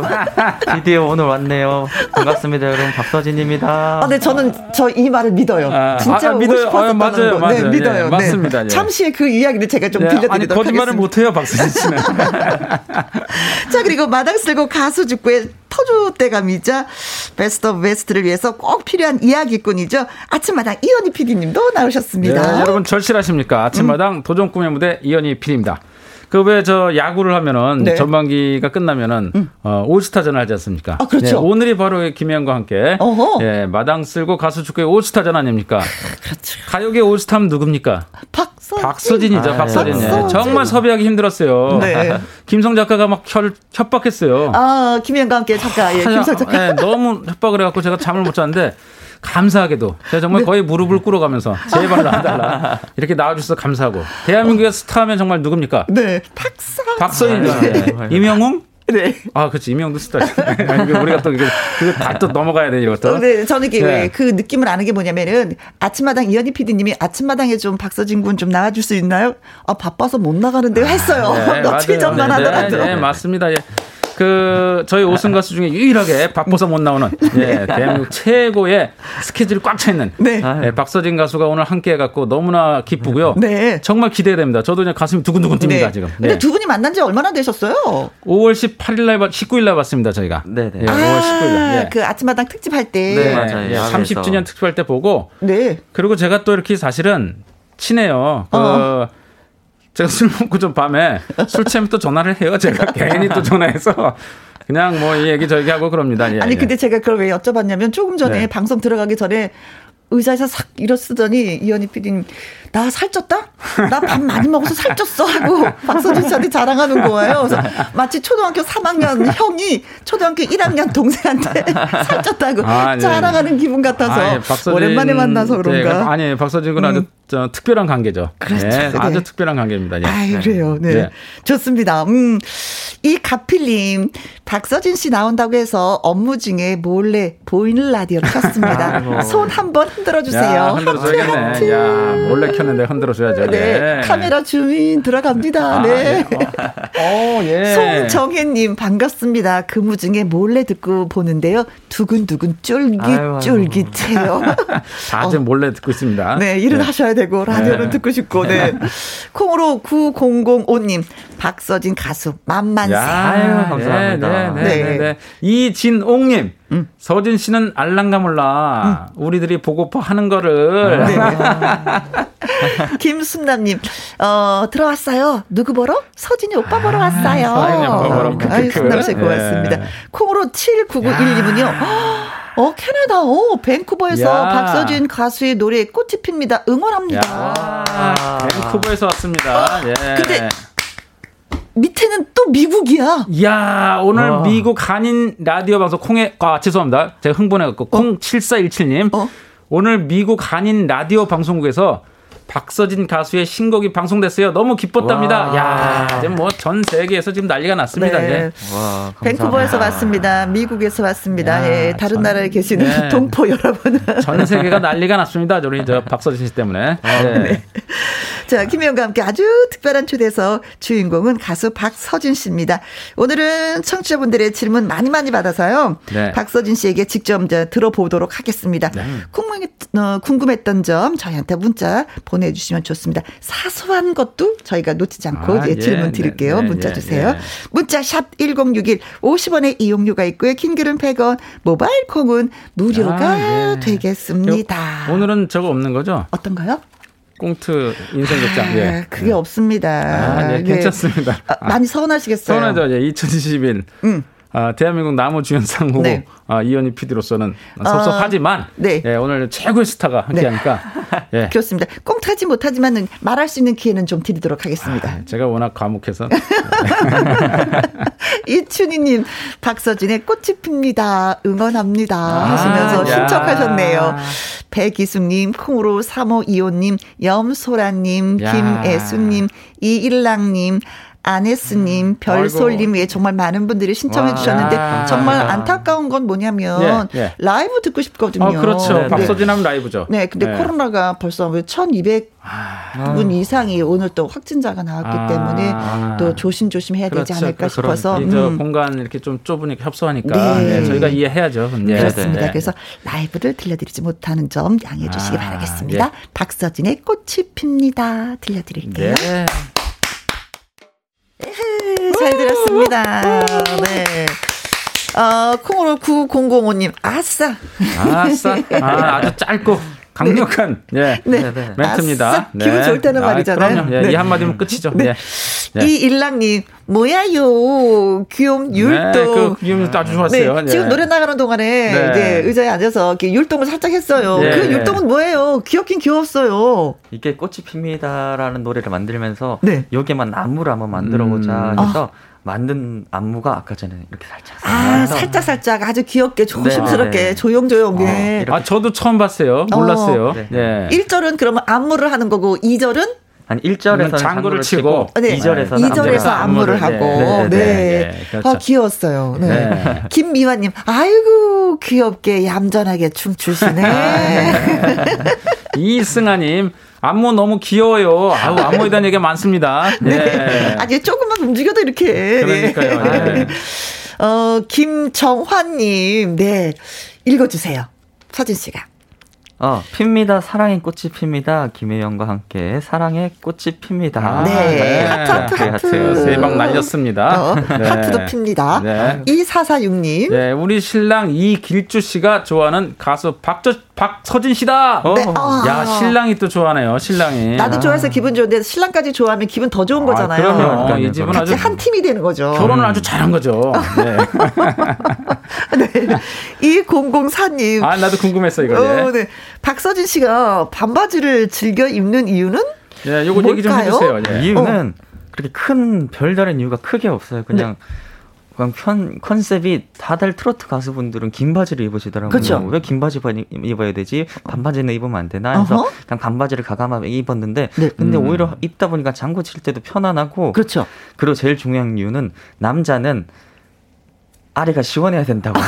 드디어 오늘 왔네요. 반갑습니다, 여러분. 박서진입니다.
아, 네, 저는 저 이 말을 믿어요.
아,
진짜
아,
오고
믿어요.
싶었었다는
아, 맞아요,
거.
맞아요.
네,
예,
믿어요. 네.
맞습니다. 예.
참씨의 그 이야기를 제가 좀 들려드리도록
네, 아니 거짓말을
하겠습니다.
못해요 박수진 씨는. 네.
자 그리고 마당 쓸고 가수 죽구의 터줏대감이자 베스트 오브 베스트를 위해서 꼭 필요한 이야기꾼이죠. 아침마당 이현희 PD님도
네,
나오셨습니다.
여러분 절실하십니까? 아침마당
음.
도전 꿈의 무대 이현희 PD입니다. 그 왜 저 야구를 하면은
네. 음.
전반기가 끝나면은 어, 올스타전을 하지 않습니까?
아, 그렇죠.
예, 오늘이 바로 김혜영과 함께
어허.
예, 마당 쓸고 가수 축구의 올스타전 아닙니까?
그렇죠.
가요계 올스타면 누굽니까?
박서
박서진이죠,
아,
박서진. 예.
박서진.
정말 섭외하기 힘들었어요.
네.
김성 작가가 막 혈, 협박했어요.
아 김현과 함께 작가 예, 김성 작가.
예, 너무 협박을 해갖고 제가 잠을 못 잤는데 감사하게도 제가 정말
네.
거의 무릎을 꿇어가면서 제발 나달라 이렇게 나와주셔서 감사하고 대한민국의 스타면 정말 누굽니까?
네 박서.
박서인, 네. 임영웅?
네.
아, 그렇지 임영웅도 스타지. 이게 우리가 또 이게 다또 넘어가야 돼 이것도.
어, 네, 저는 이게
예.
왜 그 느낌을 아는 게 뭐냐면은 아침마당 이현희 PD님이 아침마당에 좀 박서진 군 좀 나와줄 수 있나요? 아 바빠서 못 나가는데요 했어요. 며칠
아, 맞아요.
전만
네,
하더라도.
네, 네, 맞습니다. 예. 그 저희 오승 가수 중에 유일하게 바빠서 못 나오는 예, 대한민국 최고의 스케줄이 꽉 차 있는
네.
예, 박서진 가수가 오늘 함께 해갖고 너무나 기쁘고요.
네.
정말 기대됩니다. 저도 그냥 가슴이 두근두근 뜁니다 지금.
근데
네.
두 분이 만난 지 얼마나 되셨어요?
5월 18일 날 봤- 19일 날 봤습니다 저희가.
네, 네.
예, 5월 19일 날. 예.
그 아침마당 특집 할 때.
예,
네, 맞아요.
예,
야외에서.
30주년 특집할 때 보고
네.
그리고 제가 또 이렇게 사실은 친해요. 그
어.
제가 술 먹고 좀 밤에 술 취하면 또 전화를 해요. 제가 괜히 또 전화해서 그냥 뭐 이 얘기 저 얘기 하고 그럽니다. 예,
아니
예.
근데 제가 그걸 왜 여쭤봤냐면 조금 전에
네.
방송 들어가기 전에 의자에서 싹 일어서더니 이현희 PD님 나 살쪘다? 나 밥 많이 먹어서 살쪘어 하고 박서준 씨한테 자랑하는 거예요.
네.
그래서 마치 초등학교 3학년 형이 초등학교 1학년 동생한테 살쪘다고
아, 네.
자랑하는 기분 같아서
아, 예, 박서진
오랜만에 만나서 그런가. 음.
제가- 아니 박서진 군 아주 저, 특별한 관계죠.
그렇죠.
예, 아주
네.
특별한 관계입니다. 예.
아유, 그래요. 네.
네.
좋습니다. 음. 이 가필님, 박서진 씨 나온다고 해서 업무 중에 몰래 보이는 라디오 켰습니다. 손 한번 흔들어주세요.
야,
하트, 하트.
흔들어줘야겠네. 야, 몰래 켰는데 흔들어줘야죠.
네.
예.
카메라 주민 들어갑니다. 네.
오, 예.
송정혜님, 반갑습니다. 근무 중에 몰래 듣고 보는데요. 두근두근
아유, 아유.
쫄깃쫄깃해요.
다 지금 몰래 듣고 있습니다.
어. 네, 일을
예.
하셔야 되고 라디오는 듣고 싶고 네. 콩으로 9005님 박서진 가수 만만세.
아유, 감사합니다. 네, 음. 네,
네.
네, 네. 이진옥님, 서진 씨는 알랑가 몰라. 우리들이 보고파 하는 거를.
김순남님, 어, 들어왔어요. 누구 보러? 서진이 오빠 보러 왔어요.
아, 서진이 오빠 보러.
아유,
크크크.
순남씨 고맙습니다.
예.
콩으로 7991님은요. 어, 캐나다, 오, 밴쿠버에서
야.
박서진 가수의 노래에 꽃이 핍니다. 응원합니다.
야, 밴쿠버에서 왔습니다. 예.
근데- 밑에는 또 미국이야.
야, 오늘 미국 한인 라디오 방송 콩에, 아, 죄송합니다. 제가 흥분해갖고, 콩7417님.
어?
오늘 미국 한인 라디오 방송국에서 박서진 가수의 신곡이 방송됐어요. 너무 기뻤답니다.
와.
야, 지금 뭐 전 세계에서 지금 난리가 났습니다. 네.
와,
밴쿠버에서 왔습니다. 미국에서 왔습니다.
야,
예, 다른
전-
나라에 계시는
네.
동포 여러분.
전 세계가 난리가 났습니다. 우리 저 박서진 씨 때문에. 네.
자, 김혜영과 함께 아주 특별한 초대에서 주인공은 가수 박서진 씨입니다. 오늘은 청취자분들의 질문 많이 많이 받아서요.
네.
박서진 씨에게 직접 이제 들어보도록 하겠습니다. 궁금해, 어, 궁금했던 점 저희한테 문자 보내주시면 좋습니다. 사소한 것도 저희가 놓치지 않고
아,
예,
예,
질문 드릴게요.
네, 네,
문자
예,
주세요.
예.
문자 샵 1061, 50원의 이용료가 있고요. 킹글은 100원, 모바일 콩은 무료가
아, 예.
되겠습니다.
요- 오늘은 저거 없는 거죠?
어떤가요?
꽁트 인생 극장.
아,
예.
그게 없습니다.
아, 예,
네.
괜찮습니다.
아, 많이 서운하시겠어요.
서운하죠. 예, 2021.
음.
아, 대한민국 나무 주연상 후보
네.
아, 이현희 PD로서는
아,
섭섭하지만
네.
예, 오늘 최고의 스타가 함께하니까 예,
그렇습니다. 꽁트하지 못하지만 말할 수 있는 기회는 좀 드리도록 하겠습니다.
네, 제가 워낙 과묵해서
이춘희님, 박서진의 꽃이 핍니다. 응원합니다. 하시면서
아, 야.
신청하셨네요. 배기숙님, 콩으로 3호이호님, 염소라님,
야.
김애수님, 이일랑님,
음.
아네스님, 별솔님, 예, 정말 많은 분들이 신청해
와.
주셨는데,
야.
정말 안타까운 건 뭐냐면,
예, 예.
라이브 듣고 싶거든요.
어, 그렇죠.
네,
박서진 하면 라이브죠.
네, 근데
예.
코로나가 벌써 1,200분 이상이 오늘 또 확진자가 나왔기
아.
때문에 또 조심조심 해야 되지
그렇죠.
않을까
그- 그런
싶어서
이 저
음,
공간 이렇게 좀 좁으니까 협소하니까
네.
예, 저희가 이해해야죠. 네,
그렇습니다.
네, 네.
그래서 라이브를 들려드리지 못하는 점 양해해 주시기
아,
바라겠습니다.
예.
박서진의 꽃이 핍니다 들려드릴게요.
네.
네, 잘 들었습니다. 네. 어, 콩으로 9005님, 아싸!
아싸. 아, 아주 짧고 강력한 예.
네.
멘트입니다. 네.
아싸. 기분 좋을 때는 말이잖아요.
그럼요. 예,
네.
이 한마디면 끝이죠. 예. 예.
이 일랑님, 뭐야요, 귀염 율동.
네, 그 기분이 아주 좋았어요.
네, 지금
예.
노래 나가는 동안에
네.
이제 의자에 앉아서 이렇게 율동을 살짝 했어요.
예.
그 율동은 뭐예요? 귀엽긴 귀여웠어요.
이게 꽃이 핍니다라는 노래를 만들면서
네.
여기에만 안무를 한번 만들어보자
음.
해서 만든 안무가 아까 전에 이렇게 살짝
아,
살짝
살짝 살짝 아주 귀엽게 조심스럽게
네, 네.
조용조용. 예.
이렇게.
아, 저도 처음 봤어요. 몰랐어요.
네.
예.
1절은 그러면 안무를 하는 거고 2절은
한 1절에서는
장구를
장구를
치고,
치고,
네.
2절에서는
2절에서 안무를,
안무를,
하고. 네.
네, 네,
네, 그렇죠.
아, 귀여웠어요. 네.
네.
김미화 님. 아이고, 귀엽게 얌전하게 춤추시네.
이승아 님, 안무 너무 귀여워요. 아우, 안무에 대한 얘기가 많습니다. 예.
네. 아니, 조금만 움직여도 이렇게. 네.
그러니까요. 예.
어, 김정환님, 네. 읽어주세요. 서진 씨가.
어, 핍니다 사랑의 꽃이 핍니다 김혜영과 함께 사랑의 꽃이
아,
핍니다
네. 하트, 하트, 하트.
하트, 하트.
세방 날렸습니다.
어,
네.
하트도 핍니다.
네.
2446님.
네, 우리 신랑 이길주 씨가 좋아하는 가수 박저, 박서진 씨다. 어.
네, 아.
야, 신랑이 또 좋아하네요. 신랑이.
나도 좋아해서 기분 좋은데 신랑까지 좋아하면 기분 더 좋은 거잖아요.
아, 그럼요.
그러니까요.
이 집은
같이
아주
한 팀이 되는 거죠.
결혼을 아주 잘한 거죠. 네.
네. 이 004님.
아, 나도 궁금했어 이거.
음. 어,
예.
네. 박서진 씨가 반바지를 즐겨 입는 이유는?
예, 요거 얘기 좀
뭘까요?
해주세요. 예.
그 이유는
어.
그렇게 큰 별다른 이유가 크게 없어요 그냥
네.
그냥 편, 컨셉이 다들 트로트 가수분들은 긴 바지를 입으시더라고요.
그쵸.
왜 긴 바지 바- 입어야 되지? 반바지는 입으면 안 되나? 해서
어허.
그냥 반바지를 가감하게 입었는데,
네.
근데 오히려 입다 보니까 장구 칠 때도 편안하고,
그렇죠.
그리고 제일 중요한 이유는 남자는 아래가 시원해야 된다고.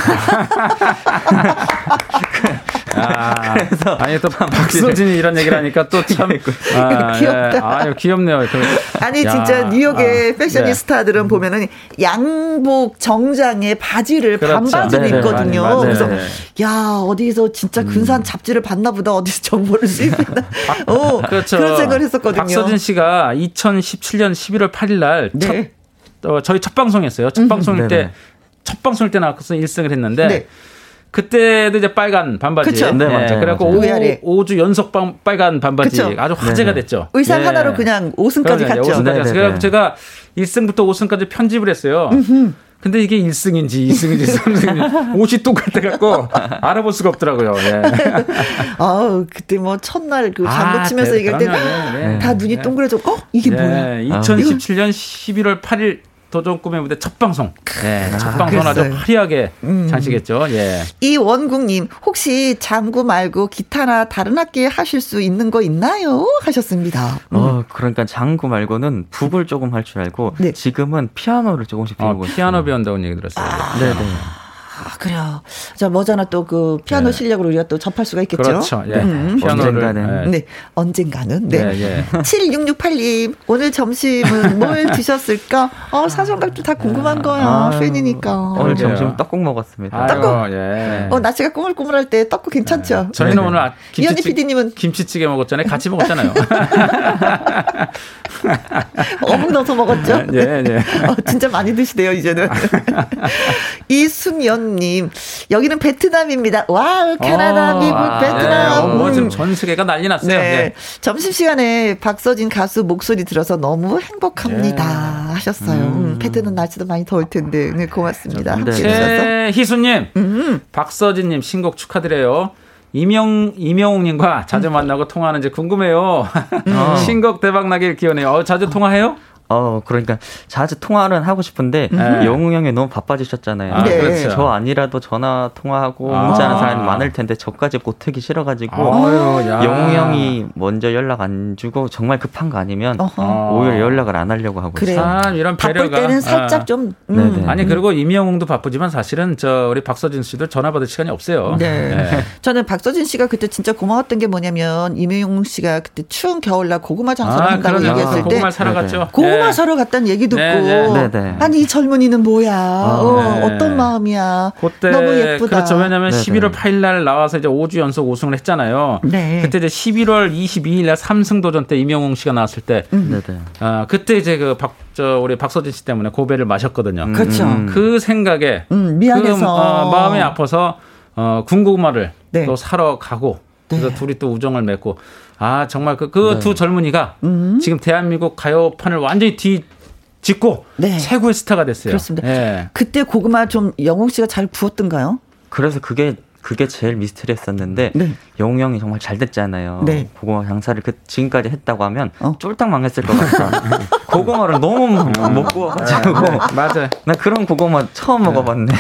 아, 아니 또 박서진이 이런 얘기를 하니까 또 참
예, 귀엽다.
아, 유 귀엽네요. 그,
아니
야,
진짜 뉴욕의
아, 네.
패셔니스타들은 보면은 양복 정장에 바지를
그렇죠.
반바지를
네, 네,
입거든요.
많이, 많이,
그래서
네, 음.
야 어디서 진짜 근사한 잡지를 봤나 보다 어디서 정보를 수입했나. 어,
그렇죠.
그런 생각을 했었거든요.
박서진 씨가 2017년 11월 8일 날
네.
첫, 어, 저희 첫 방송했어요. 첫 방송일
네네.
때 첫 방송일 때 나와서 1승을 했는데
음, 네.
그때도 이제 빨간 반바지.
그쵸. 네,
맞아요,
그래갖고
맞아요. 의아리.
5, 주 연속 빵- 빨간 반바지
그쵸.
아주 화제가
네네.
됐죠.
의상
예.
하나로 그냥 5승까지
그러니까요.
갔죠.
오승까지
네네네.
갔어요. 그래갖고 제가 1승부터 5승까지 편집을 했어요. 근데 이게 1승인지 2승인지 3승인지 옷이 똑같아갖고 알아볼 수가 없더라고요. 예.
아우 그때 뭐 첫날 그
아,
잠복 치면서
네,
얘기할 때 아, 다
그럼요. 네, 네.
눈이
네.
동그래져. 어 이게 뭐야?
아.
예, 2017년 11월 8일 도전 꿈의 무대 첫 방송. 예, 첫 방송 아주
그랬어요. 음.
화려하게 장식했죠. 예.
이원국님 혹시 장구 말고 기타나 다른 악기 하실 수 있는 거 있나요? 하셨습니다.
어, 그러니까 장구 말고는 북을 조금 할 줄 알고
네.
지금은 피아노를 조금씩
어,
배우고
피아노 배운다고 얘기 들었어요.
있어요. 네네.
아 그래요. 자 뭐잖아 또 그 피아노 실력으로 우리가 또 접할 수가 있겠죠.
네. 그렇죠. 예.
음.
언젠가는.
피아노를. 예.
네 언젠가는 네.
예, 예.
7668님 오늘 점심은 뭘 드셨을까? 어 사정각도 다 궁금한 거야
아유,
팬이니까.
오늘
그러게요.
점심 떡국 먹었습니다.
아유,
떡국.
예.
어 날씨가 꾸물꾸물할 때 떡국 괜찮죠?
저희는
네.
오늘 아-
이현희
김치찌-
PD님은
김치찌개 먹었잖아요. 같이 먹었잖아요.
어묵 넣어서 먹었죠?
예, 예.
어, 진짜 많이 드시네요, 이제는. 이순연님, 여기는 베트남입니다. 와우, 캐나다,
어,
미국,
아,
베트남.
네. 어, 뭐
음.
지금 전 세계가 난리 났어요.
네.
네.
점심시간에 박서진 가수 목소리 들어서 너무
네.
행복합니다. 하셨어요. 음, 베트남 날씨도 많이 더울 텐데. 네, 고맙습니다. 함께
네.
해주셔서. 음,
최희수님, 박서진님 신곡 축하드려요. 이명 이명웅님과 자주
음.
만나고 통화하는지 궁금해요.
어.
신곡 대박 나길 기원해요. 어, 자주 통화해요?
어, 그러니까 자주 통화는 하고 싶은데
네.
영웅 형이 너무 바빠지셨잖아요.
아,
네.
그렇죠.
저 아니라도 전화 통화하고
아.
문자하는 사람이 많을 텐데 저까지 못하기 싫어가지고
아유, 야.
영웅 형이 먼저 연락 안 주고 정말 급한 거 아니면
어허.
오히려 연락을 안 하려고 하고
그래요.
있어요.
참 아, 이런 네. 배려가
바쁠 때는 살짝
아.
좀.
네네.
음.
아니 그리고 이명웅도 바쁘지만 사실은 저 우리 박서진 씨도 전화 받을 시간이 없어요.
네.
예.
저는 박서진 씨가 그때 진짜 고마웠던 게 뭐냐면 이명용 씨가 그때 추운 겨울날 고구마 장사를
아,
한다고
그러네요.
얘기했을 때
고구마 사러 갔죠.
고구마
예.
사러 갔다는 얘기 듣고
네, 네,
네, 네.
아니 이 젊은이는 뭐야 어,
네.
어떤 마음이야
그때
너무 예쁘다
그렇죠. 왜냐면
네네.
11월 8일 날 나와서 이제 5주 연속 우승을 했잖아요.
네.
그때 이제 11월 22일 날 삼승 도전 때 이명웅 씨가 나왔을 때
음.
네네.
아, 그때 이제 그 박, 저, 우리 박서진 씨 때문에 고배를 마셨거든요.
그렇죠
음.
그 생각에.
음, 미안해서.
그, 어, 마음이 아파서, 어, 군고구마를
네.
또 사러 가고. 그래서
네.
둘이 또 우정을 맺고. 아, 정말 그, 그 두 젊은이가
음.
지금 대한민국 가요판을 완전히 뒤, 짚고
네.
최고의 스타가 됐어요.
그렇습니다.
예.
그때 고구마 좀 영웅 씨가 잘 구웠던가요?
그래서 그게 그게 제일 미스터리했었는데
네.
영웅 형이 정말 잘 됐잖아요.
네.
고구마 장사를 그 지금까지 했다고 하면
어.
쫄딱 망했을 것 같다. 고구마를 너무 못 구워가지고
맞아요.
나 그런 고구마 처음 먹어봤네.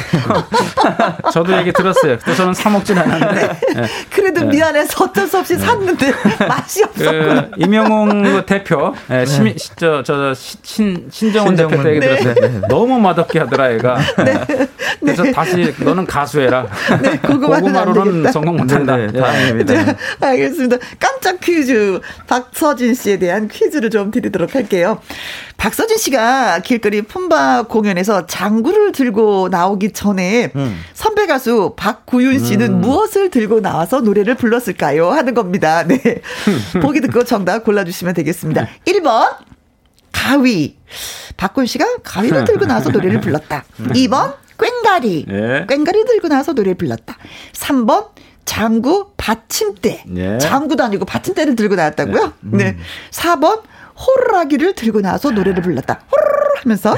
저도 얘기 들었어요. 그때 저는 사먹진 않았는데. 예.
그래도 미안해서 어쩔 수 없이 샀는데 맛이 없었구나
그 이명웅 대표,
네.
예, 심, 시- 저, 저, 시- 신, 신정훈 대표 때 얘기
네.
들었어요. 너무 맛없게 하더라, 얘가. 예. 그래서 다시 너는 가수해라.
네, 고구마는 안
고구마로는
되겠다.
성공 못한다.
네네,
예.
다행입니다.
알겠습니다. 깜짝 퀴즈. 박서진 씨에 대한 퀴즈를 좀 드리도록 할게요. 박서진 씨가 길거리 품바 공연에서 장구를 들고 나오기 전에 선배 가수 박구윤 씨는 무엇을 들고 나와서 노래를 불렀을까요? 하는 겁니다. 네. 보기 듣고 정답 골라주시면 되겠습니다. 1번. 가위. 박군 씨가 가위를 들고 나와서 노래를 불렀다. 2번 꽹가리.
예.
꽹가리 들고 나와서 노래를 불렀다. 3번 장구 받침대.
예. 음.
장구도 아니고 받침대를 들고 나왔다고요? 네. 4번 호루라기를 들고 나와서 노래를 불렀다. 호루루 하면서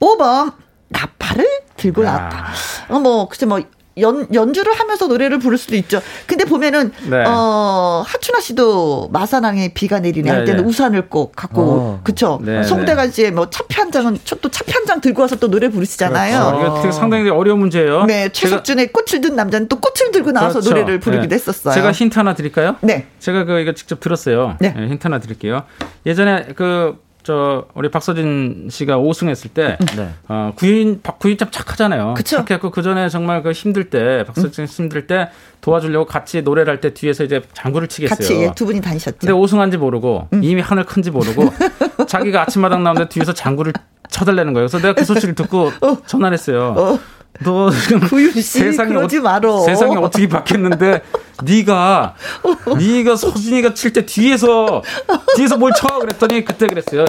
5번 나팔을 들고 나왔다. 어, 뭐 글쎄 뭐 연, 연주를 하면서 노래를 부를 수도 있죠. 근데 보면은
네.
어 하춘아 씨도 마산항에 비가 내리네 할
네,
때는
네.
우산을 꼭 갖고
어.
그쵸
네,
송대관 씨의 뭐 차피 한 장은 저- 또 차피 한 장 들고 와서 또 노래
어,
부르시잖아요.
이거 되게 상당히 어려운 문제예요.
네
제가-
최석준의 꽃을 든 남자는 또 꽃을 들고 나와서
그렇죠.
노래를 부르기도
예.
했었어요.
제가 힌트 하나 드릴까요?
네.
제가 그 이거 직접 들었어요.
네.
예, 힌트 하나 드릴게요. 예전에 그 저 저 우리 박서진 씨가 5승했을 때
음.
네.
어, 구인 박 구인 참 착하잖아요.
그쵸.
착했고 그 전에 정말 그 힘들 때 박서진 씨 힘들 때 도와주려고 같이 노래를 할 때 뒤에서 이제 장구를 치겠어요.
같이 예, 두 분이
근데
다니셨죠.
오승한지 모르고
음.
이미 하늘 큰지 모르고 자기가 아침마당 나오는데 뒤에서 장구를 쳐달라는 거예요. 그래서 내가 그 소식을 듣고 전화를 했어요. 너 지금
구윤 씨, 그러지
어-
말어.
세상이 어떻게 바뀌었는데 네가 네가 서준이가 칠 때 뒤에서 뒤에서 뭘 쳐 그랬더니 그때 그랬어요.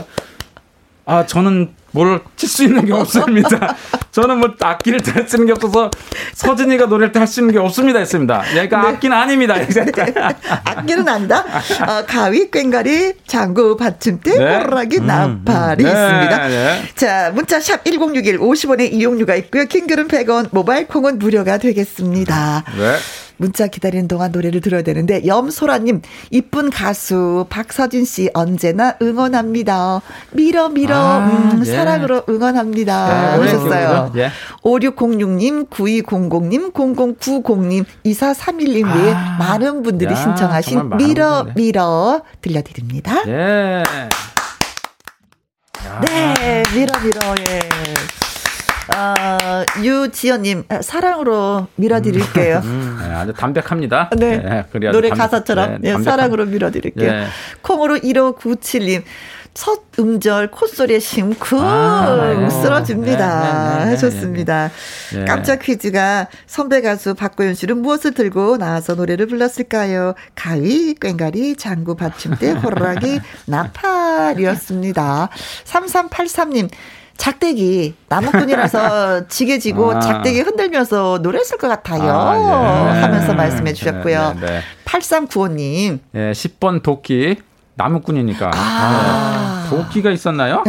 아 저는 뭘 칠 수 있는 게 없습니다. 저는 뭐 악기를 잘 쓰는 게 없어서 서준이가 노래할 때 할 수 있는 게 없습니다 했습니다.
네.
그러니까 악기는 아닙니다. 그러니까
악기는 안다. 어, 가위, 꽹과리, 장구, 받침대,
네.
호루라기, 나팔이
네,
있습니다.
네.
자, 문자샵 1061 50원의 이용료가 있고요. 킹글은 100원, 모바일 콩은 무료가 되겠습니다.
네.
문자 기다리는 동안 노래를 들어야 되는데 염소라님 이쁜 가수 박서진 씨 언제나 응원합니다. 밀어 밀어
아,
음,
예.
사랑으로 응원합니다.
네,
오셨어요.
고맙습니다. 예.
5606님, 9200님, 0090님, 2431님 외에
아,
많은 분들이
야, 정말
신청하신
많은
밀어
분들이네.
밀어 들려드립니다.
예.
네, 밀어 밀어 예. 아, 유지연님 아, 사랑으로 밀어드릴게요.
네, 아주 담백합니다.
음. 네.
예, 그래 아주
노래
담- 네,
가사처럼 예,
담백합니다.
사랑으로 밀어드릴게요.
예.
콩으로 1597님. 첫 음절 콧소리에 심쿵
아, 네.
쓰러집니다
네, 네, 네,
하셨습니다.
네, 네.
깜짝 퀴즈가 선배 가수 박고현 씨는 무엇을 들고 나와서 노래를 불렀을까요? 가위, 꽹과리, 장구, 받침대, 호루라기, 나팔이었습니다. 3383님 작대기 나무꾼이라서 지게지고
아.
작대기 흔들면서 노래했을 것 같아요
아, 예.
하면서
네.
말씀해 주셨고요.
네, 네, 네.
8395님.
예, 10번 도끼 나무꾼이니까
아.
네. 도끼가 있었나요?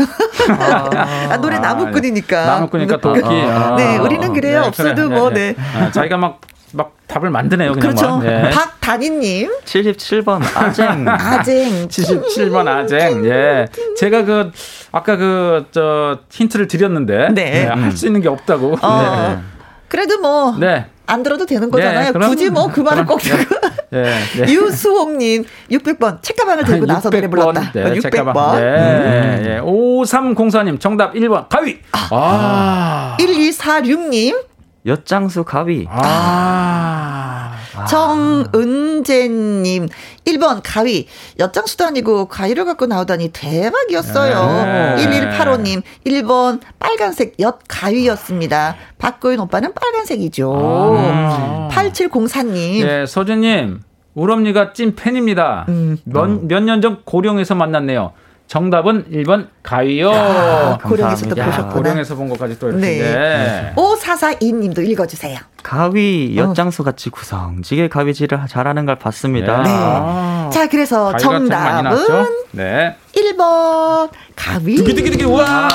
아, 노래
아,
나무꾼이니까.
나무꾼이니까 도끼. 아,
네,
아,
우리는 그래요.
네,
없어도
그래.
뭐,
네, 네.
네.
아, 자기가 막, 막 답을 만드네요. 그냥
그렇죠.
막. 예.
박단희님.
77번 아쟁.
아쟁.
77번 아쟁. 예. 제가 그, 아까 그, 저, 힌트를 드렸는데. 예,
네.
할 수 있는 게 없다고. 예,
어, 그래도 뭐.
네.
안 들어도 되는
네,
거잖아요.
그럼-
굳이 뭐 그 말을 꼭
그럼-
들고.
네. 예, 네. 아,
유수홍님, 600번. 책가방을 들고 나서 노래
600번.
불렀다. 어,
네,
600번. 아, 음.
책가방. 네, 예. 5304님, 정답 1번. 가위! 아.
1246님,
엿장수 가위.
아.
정은재님, 1번 가위. 엿장수도 아니고 가위를 갖고 나오다니 대박이었어요.
네.
1185님, 1번 빨간색 엿가위였습니다. 박고윤 오빠는 빨간색이죠.
아.
8704님,
예, 서준님, 우럼니가 찐 팬입니다.
음.
몇 년 전 고령에서 만났네요. 정답은 1번 가위요.
어, 고령에서도
감사합니다.
보셨구나.
아, 고령에서 본 것까지 또 이렇게.
네.
네.
5442님도 읽어주세요.
가위 엿장수 같이 구성지게 가위질을 잘하는 걸 봤습니다.
네.
네.
아.
자, 그래서
가위가 참 많이
정답은
나왔죠? 네.
1번 가위.
두기두기두기, 와!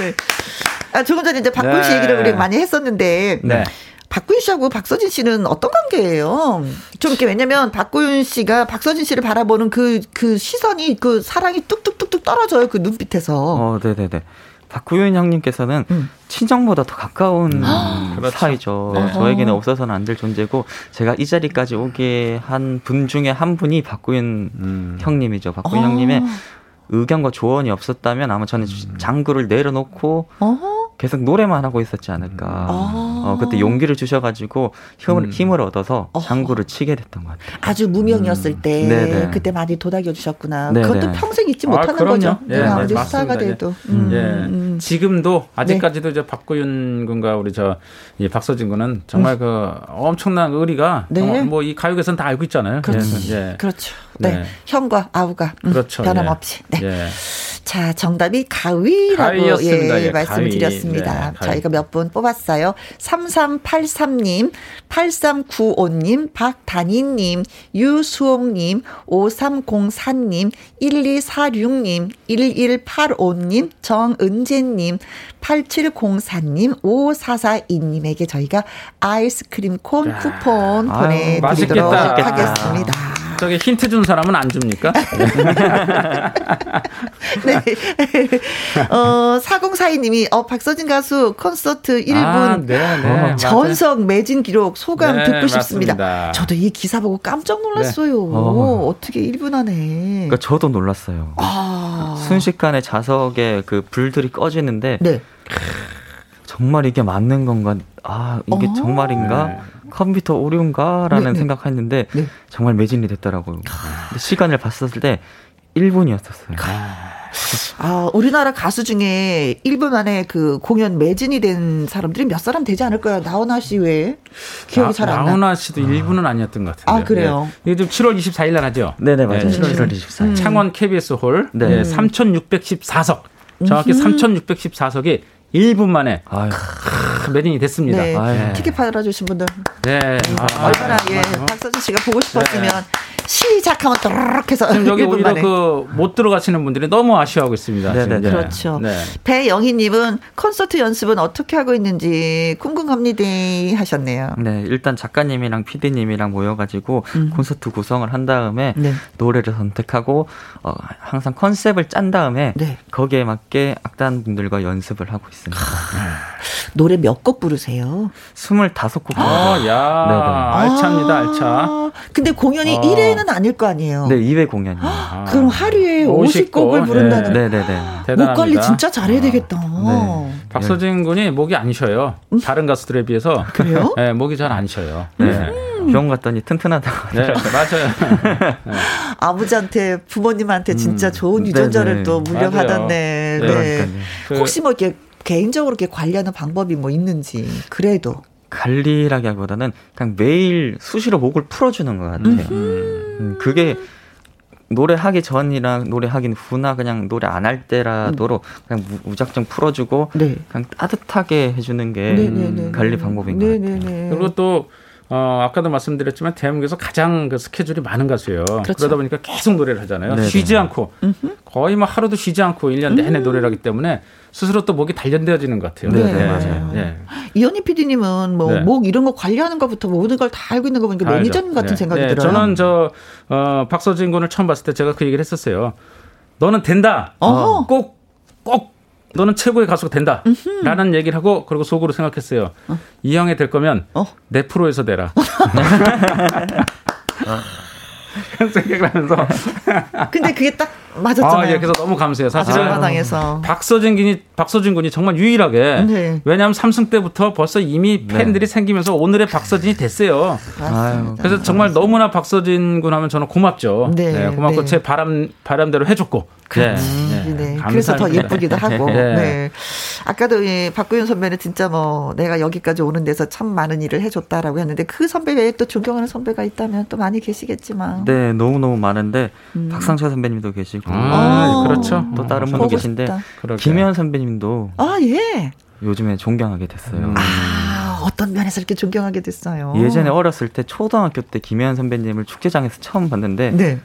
네. 아, 조금 전에 이제 박군 씨
네.
얘기를 우리 많이 했었는데.
네.
박군 씨하고 박서진 씨는 어떤 관계예요? 좀 이렇게 왜냐면 박군 씨가 박서진 씨를 바라보는 그, 그 시선이 그 사랑이 뚝뚝뚝뚝 떨어져요. 그 눈빛에서.
어, 네네네. 박구윤 형님께서는 친정보다 더 가까운 사이죠. 네, 저에게는 없어서는 안 될 존재고 제가 이 자리까지 오게 한 분 중에 한 분이 박구윤 형님이죠. 박구윤 형님의 의견과 조언이 없었다면 아마 저는 장구를 내려놓고
어?
계속 노래만 하고 있었지 않을까. 어, 그때 용기를 주셔가지고 힘을, 힘을 음. 얻어서 장구를 치게 됐던 것 같아요.
아주 무명이었을 때
음. 네네.
그때 많이 도닥여 주셨구나.
네네.
그것도 평생 잊지
아,
못하는
그럼요.
거죠.
예,
내가
네,
아무리
맞습니다.
스타가
예.
돼도. 음,
예.
음.
지금도 아직까지도 이제 박구윤 군과 우리 저 이 박서진 군은 정말 그 엄청난 의리가
음. 네.
뭐 이 가요계선 다 알고 있잖아요.
그렇지.
예. 예.
그렇죠. 네.
네.
형과 아우가 음,
그렇죠.
변함없이. 네.
예.
자, 정답이 가위라고
가위였습니다.
예,
예,
말씀을
가위.
드렸습니다.
네, 가위.
저희가 몇 분 뽑았어요. 3383님, 8395님, 박단희님, 유수홍님, 5304님, 1246님, 1185님, 정은재님, 8704님, 5442님에게 저희가 아이스크림 콘 쿠폰
아유,
보내드리도록
맛있겠다.
하겠습니다.
저기 힌트 준 사람은 안 줍니까?
네. 어, 4042님이, 어, 박서진 가수 콘서트 1분 어,
아, 네, 네.
전석 매진 기록 소감
네,
듣고 싶습니다.
맞습니다. 네.
저도 이 기사 보고 깜짝 놀랐어요.
어.
어. 떻게 1분 안에.
그러니까 저도 놀랐어요.
아.
순식간에 자석에 그 불들이 꺼지는데
네.
정말 이게 맞는 건가? 아 이게
어.
정말인가? 컴퓨터 오류인가라는
네, 네.
생각했는데
네.
정말 매진이 됐더라고요. 근데 시간을 봤었을 때 1분이었었어요.
아, 우리나라 가수 중에 1분 안에 그 공연 매진이 된 사람들이 몇 사람 되지 않을까요? 나훈아 씨 외에? 기억이 잘 안 나.
나훈아 씨도 일부는 아니었던 것 같은데. 예.
아, 그래요? 음.
이게 지금 7월 24일 날 하죠.
네네 맞아요.
네,
7월 24일.
창원 KBS 홀 네,
네.
3,614석. 정확히 3,614석이 1분 만에
아유,
크, 매진이 됐습니다.
네.
네.
티켓 받아주신 분들.
네. 아, 네.
얼마나, 예. 박서진 씨가 보고 싶었으면 시작하면 또르륵 해서.
지금 여기
1분
오히려
만에.
그 못 들어가시는 분들이 너무 아쉬워하고 있습니다.
네네.
지금. 네.
그렇죠.
네.
배영희님은 콘서트 연습은 어떻게 하고 있는지 궁금합니다 하셨네요.
네, 일단 작가님이랑 PD님이랑 모여가지고 콘서트 구성을 한 다음에
음. 네.
노래를 선택하고 어, 항상 컨셉을 짠 다음에
네.
거기에 맞게 악단분들과 연습을 하고 있습니다.
노래 몇 곡 부르세요?
25곡.
어, 야.
네네.
알차입니다, 알차.
아, 근데 공연이
아.
1회는 아닐 거 아니에요.
네, 2회 공연이에요.
아.
그럼 하루에
50 곡,
50곡을 부른다는
네.
네네네.
목
대단합니다. 아. 네.
관리 진짜 잘해야 되겠다.
박서진 군이 목이 안 쉬어요. 다른 가수들에 비해서.
음? 그래요? 음.
네, 목이 잘 안 쉬어요. 네.
병원 갔더니 튼튼하다고.
네, 맞아요.
아버지한테 부모님한테 진짜 좋은 유전자를
네네.
또 물려받았네.
음. 맞아요.
네.
그러니까요.
그-
혹시 뭐 이렇게 개인적으로 이렇게 관리하는 방법이 뭐 있는지 그래도
관리라기보다는 그냥 매일 수시로 목을 풀어주는 것 같아요. 음, 그게 노래하기 전이랑 노래하기 후나 그냥 노래 안 할 때라도로
음.
그냥 무- 무작정 풀어주고
네.
그냥 따뜻하게 해주는 게 음,
네네네.
관리 방법인 것 같아요.
네네네.
음, 그리고 또 어, 아까도 말씀드렸지만 대한민국에서 가장 그 스케줄이 많은 가수예요.
그렇죠.
그러다 보니까 계속 노래를 하잖아요.
네네.
쉬지 않고 거의 뭐 하루도 쉬지 않고 1년 내내 노래를 하기 때문에 스스로 또 목이 단련되어지는 것 같아요.
음. 네네,
예,
맞아요.
예.
이현희 PD님은 뭐
네.
목 이런 거 관리하는 것부터 뭐 모든 걸 다 알고 있는 거 보니까
다 알죠.
그 매니저님 같은
네.
생각이
네,
들어요.
저는 저 어, 박서진 군을 처음 봤을 때 제가 그 얘기를 했었어요. 너는 된다.
어허.
꼭 꼭. 너는 최고의 가수가 된다. 라는 얘기를 하고, 그리고 속으로 생각했어요. 이 형이 될 거면,
어.
내 프로에서 되라. 그런 생각을 하면서.
아,
근데 아, 그게 딱 맞았잖아요.
아, 예, 그래서 너무 감사해요. 사실은.
아침마당에서
박서진 군이, 박서진 군이 정말 유일하게.
네.
왜냐하면 삼승 때부터 벌써 이미 팬들이 생기면서 오늘의 박서진이 됐어요.
맞습니다.
그래서 정말 너무나 박서진 군 하면 저는 고맙죠.
음, 네,
네, 고맙고
네.
제 바람 바람대로 해줬고. 네,
네. 그래서 더
감사합니다.
예쁘기도 하고. 네.
네.
아까도 예, 박구윤 선배는 진짜 뭐 내가 여기까지 오는 데서 참 많은 일을 해줬다라고 했는데 그 선배 외에 또 존경하는 선배가 있다면 또 많이 계시겠지만.
네, 너무 너무 많은데 박상철 선배님도 계시고
아,
음. 어.
그렇죠.
또 다른
보고
분도 계신데
싶다.
그러게.
김현 선배님도
아, 예.
요즘에 존경하게
음.
됐어요.
아, 어떤 면에서 이렇게 존경하게 됐어요.
예전에 어렸을 때 초등학교 때 김현 선배님을 축제장에서 처음 봤는데
네.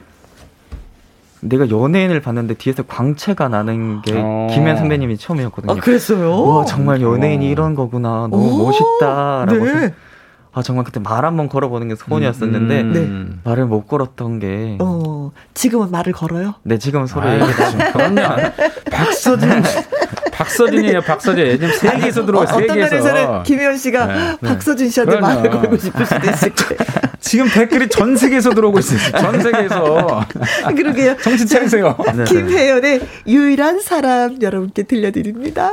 내가 연예인을 봤는데 뒤에서 광채가 나는 게
어.
김현 선배님이 처음이었거든요.
아, 그랬어요?
와 정말 연예인이 이런 거구나 너무
오.
멋있다라고
네.
생각- 아 정말 그때 말 한 번 걸어보는 게 소원이었었는데
음.
네.
말을 못 걸었던 게
어, 지금은 말을 걸어요?
네, 지금 소리
아이,
네.
그럼요. 박서진, 박서진이에요. 박서진. 지금 세 개에서 들어와
어,
세
어떤 면에서는
개에서.
김희원 씨가
네,
박서준 씨한테 말을
그럼요.
걸고 싶을 수도 있을 거예요.
지금 댓글이 전 세계에서 들어오고 있어요. 전 세계에서.
그러게요.
정신 차리세요.
네, 네.
김혜연의 유일한 사람 여러분께 들려드립니다.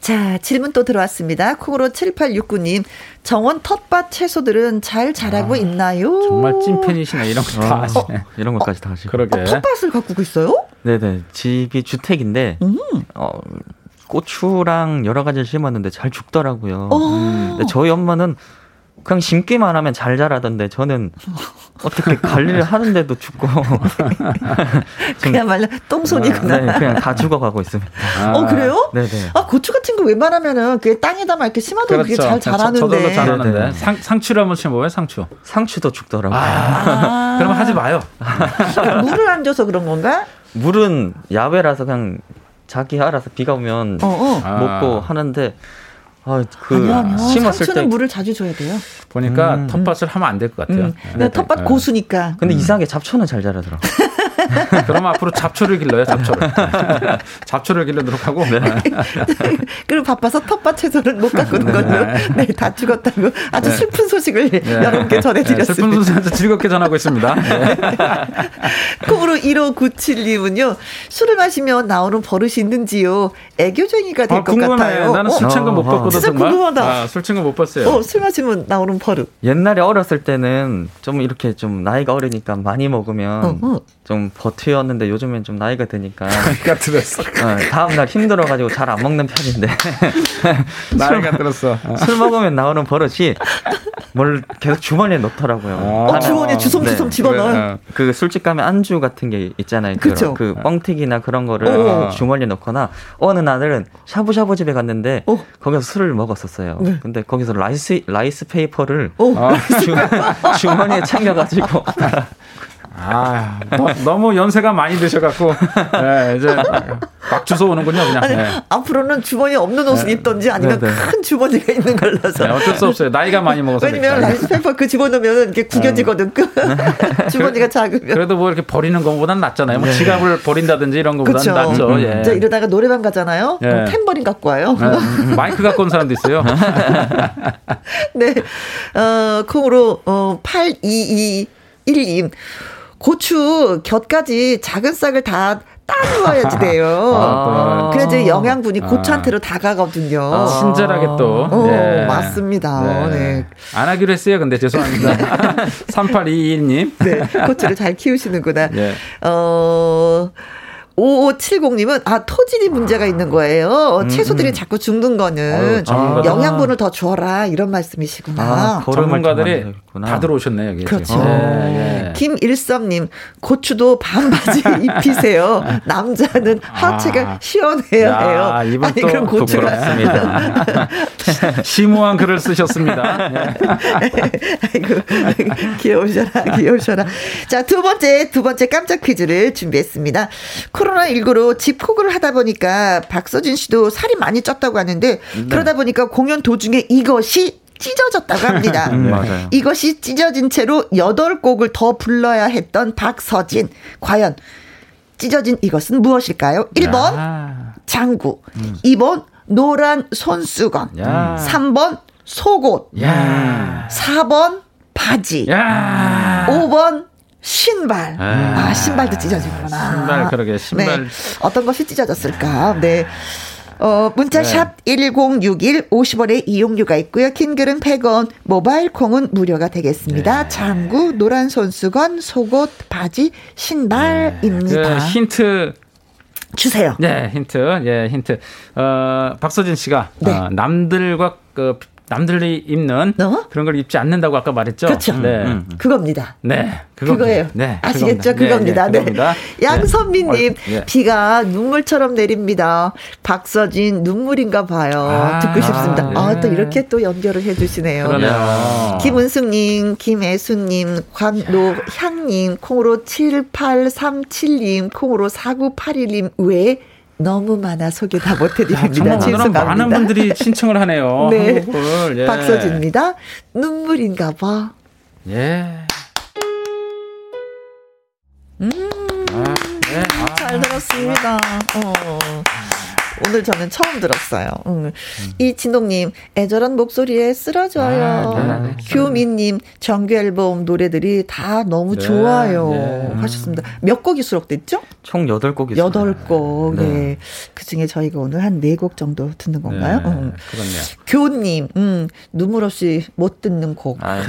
자, 질문 또 들어왔습니다. 콩으로 7869님, 정원 텃밭 채소들은 잘 자라고 있나요?
아, 정말 찐팬이시네. 이런 거 다 아시네.
이런 것까지 다 하시고
어. 그러게.
아, 텃밭을 가꾸고 있어요?
네네 집이 주택인데
음.
어, 고추랑 여러 가지를 심었는데 잘 죽더라고요.
어.
음, 네,
근데 저희 엄마는 그냥 심기만 하면 잘 자라던데 저는 어떻게 관리를 하는데도 죽고 좀-
그야말로
음,
똥손이구나.
네, 그냥 다 죽어가고 있습니다.
네.
어, 그래요?
네네.
아, 고추 같은 거 웬만하면은 그게 땅에다 막 이렇게 심어도 그게잘 자라는데.
그렇죠. 저, 저도 잘하는데.
네, 네.
상, 상추를 한번 심어봐요, 상추.
상추도 죽더라고요.
아,
그럼 하지 마요.
물을 안 줘서 그런 건가?
물은 야외라서 그냥 자기 알아서 비가 오면
어, 어.
아.
먹고 하는데 아, 그
아니요, 아니요.
심었을
상추는
때
물을 자주 줘야 돼요.
보니까
음.
텃밭을 하면 안 될 것 같아요.
음. 근데 텃밭 고수니까.
근데 이상하게 잡초는 잘 자라더라고.
네. 그럼 앞으로 잡초를 길러요, 잡초를. 잡초를 길르도록 하고.
네.
네.
그리고 바빠서 텃밭에서는 못 가꾸는 걸로. 네, 다 죽었다고 아주 슬픈 소식을 여러분께
네, 슬픈
전해드렸습니다.
소식 아주 즐겁게 전하고 있습니다. 네.
콩으로 1597님은요, 술을 마시면 나오는 버릇이 있는지요, 애교쟁이가 될
아,
것
궁금해.
같아요.
나는
어,
술 친구 못
어,
봤거든,
진짜
정말.
궁금하다.
아, 술 친구 못 봤어요.
어, 술 마시면 나오는 버릇.
옛날에 어렸을 때는 좀 이렇게 좀 나이가 어리니까 많이 먹으면
어, 어.
좀 버티었는데 요즘엔 좀 나이가 드니까
나이가 들었어.
그러니까.
어, 다음날 힘들어가지고 잘 안 먹는 편인데
나이가 들었어.
술 먹으면 나오는 버릇이 뭘 계속 주머니에 넣더라고요.
어,
어,
하나-
주머니에 주섬주섬
네.
집어넣어요.
그 술집 가면 안주 같은 게 있잖아요.
그쵸. 어.
그런 그 뻥튀기나 그런 거를
어.
주머니에 넣거나 어느 날은 샤브샤브 집에 갔는데
어.
거기서 술을 먹었었어요.
네.
근데 거기서 라이스 라이스 페이퍼를
어,
주, 머니에 챙겨가지고
아, 너, 너무 연세가 많이 드셔갖고 예, 이제 막 주워 오는군요, 그냥.
아니,
예.
앞으로는 주머니 없는 옷을 입던지 아니면
네, 네.
큰 주머니가 있는 걸로서.
네, 어쩔 수 없어요. 나이가 많이 먹어서.
왜냐면
그러니까.
라이스페이퍼 그 집어넣으면 이게
음.
구겨지거든. 그 주머니가 작으면.
그래도 뭐 이렇게 버리는 것보단 낫잖아요. 뭐 지갑을 버린다든지 이런 것보단
네. 그쵸. 음.
낫죠. 예.
저 이러다가 노래방 가잖아요.
예.
그럼 탬버린 갖고 와요.
예, 마이크 갖고 온 사람도 있어요.
아, 네. 어, 콩으로, 어, 8221님. 고추 곁까지 작은 싹을 다 따놓아야지 돼요.
아,
그래야지 영양분이
아.
고추한테로 다가가거든요.
또 아, 친절하게 또. 예.
어, 맞습니다. 네.
안 하기로 했어요. 근데 죄송합니다. 3822님.
네, 고추를 잘 키우시는구나.
예.
어. 5570님은, 아, 토질이 문제가 있는 거예요. 어, 채소들이 자꾸 죽는 거는
음,
음,
아유, 전문가다.
영양분을 더 줘라. 이런 말씀이시구나.
아,
걸음을 좀 많이
전문가들이
하셨구나.
다 들어오셨네요. 여기
그렇죠.
지금. 예, 예.
김일섭님, 고추도 반바지 입히세요. 남자는 하체가
아.
시원해야
야,
해요.
이분
아니,
또
그럼 고추가.
부끄럽습니다.
심오한 글을 쓰셨습니다. 예.
아이고, 귀여우셔라, 귀여우셔라. 자, 두 번째, 두 번째 깜짝 퀴즈를 준비했습니다. 코로나19로 집콕을 하다 보니까 박서진 씨도 살이 많이 쪘다고 하는데,
네.
그러다 보니까 공연 도중에 이것이 찢어졌다고 합니다.
음, 맞아요.
이것이 찢어진 채로 여덟 곡을 더 불러야 했던 박서진. 과연 찢어진 이것은 무엇일까요? 1번
야.
장구,
음.
2번 노란 손수건,
야.
3번 속옷,
야.
4번 바지,
야.
5번 신발. 아, 신발도 찢어지구나.
신발, 그러게, 신발.
음. 네. 어떤 것이 찢어졌을까? 네. 어, 문자샵
네.
1061 50원의 이용료가 있고요. 킹글은 100원, 모바일 콩은 무료가 되겠습니다.
네.
장구, 노란 손수건, 속옷, 바지, 신발입니다.
그 힌트
주세요.
네, 힌트. 예, 힌트. 어, 박서진 씨가
네.
어, 남들과 그 남들이 입는
어?
그런 걸 입지 않는다고 아까 말했죠.
그렇죠.
네.
그겁니다.
네, 그겁니다.
그거예요.
네,
아시겠죠? 그겁니다.
그겁니다. 네,
네.
네, 그겁니다.
양선미님, 네.
어, 예.
비가 눈물처럼 내립니다. 박서진, 눈물인가 봐요.
아,
듣고 싶습니다. 아,
예.
또 이렇게 또 연결을 해주시네요.
그러네요.
김은숙님, 김애수님, 관노향님, 콩으로 7837님, 콩으로 4981님 외에 너무 많아 소개 다 못해드립니다.
정말 오늘은
죄송합니다.
많은 분들이 신청을 하네요.
네.
한국을. 예.
박서진입니다. 눈물인가 봐.
예.
음.
네. 아,
잘 들었습니다. 어. 오늘 저는 처음 들었어요. 음. 이진동님, 애절한 목소리에 쓰러져요.
아, 네, 네.
규민님, 정규 앨범 노래들이 다 너무
네,
좋아요.
네.
하셨습니다. 몇 곡이 수록됐죠?
총 8곡이 있어요.
여덟 곡. 네. 그 중에 저희가 오늘 한 네 곡 정도 듣는
네,
건가요? 음.
그렇네요.
교님, 음, 눈물 없이 못 듣는 곡.
아,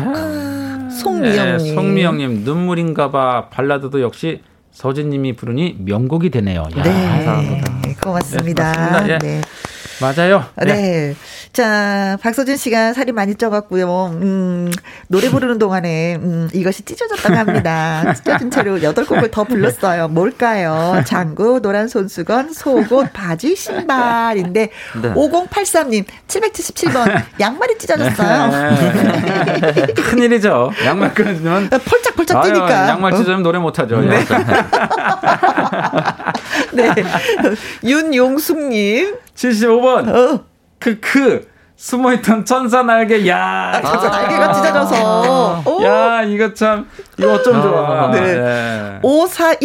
송미영님.
예, 송미영님 눈물인가봐 발라드도 역시 서진님이 부르니 명곡이 되네요. 야,
네.
아, 감사합니다. 네,
고맙습니다.
고맙습니다. 예.
네.
맞아요.
네. 자, 박서준 씨가 살이 많이 쪄갖고요. 음, 노래 부르는 동안에, 음, 이것이 찢어졌다고 합니다. 찢어진 채로 여덟 곡을 더 불렀어요. 뭘까요? 장구, 노란 손수건, 속옷, 바지, 신발인데,
네.
5083님, 777번, 양말이 찢어졌어요.
네. 큰일이죠. 양말 끊어지면.
펄짝펄짝
네. 아유,
뛰니까. 어?
양말 찢으면 노래 못하죠. 네.
네. 윤용숙님,
75번.
어,
크크. 숨어있던 천사 날개, 야.
아, 참, 날개가 찢어져서. 오,
야, 이거 참, 이거 어쩜 좋아.
네.
네.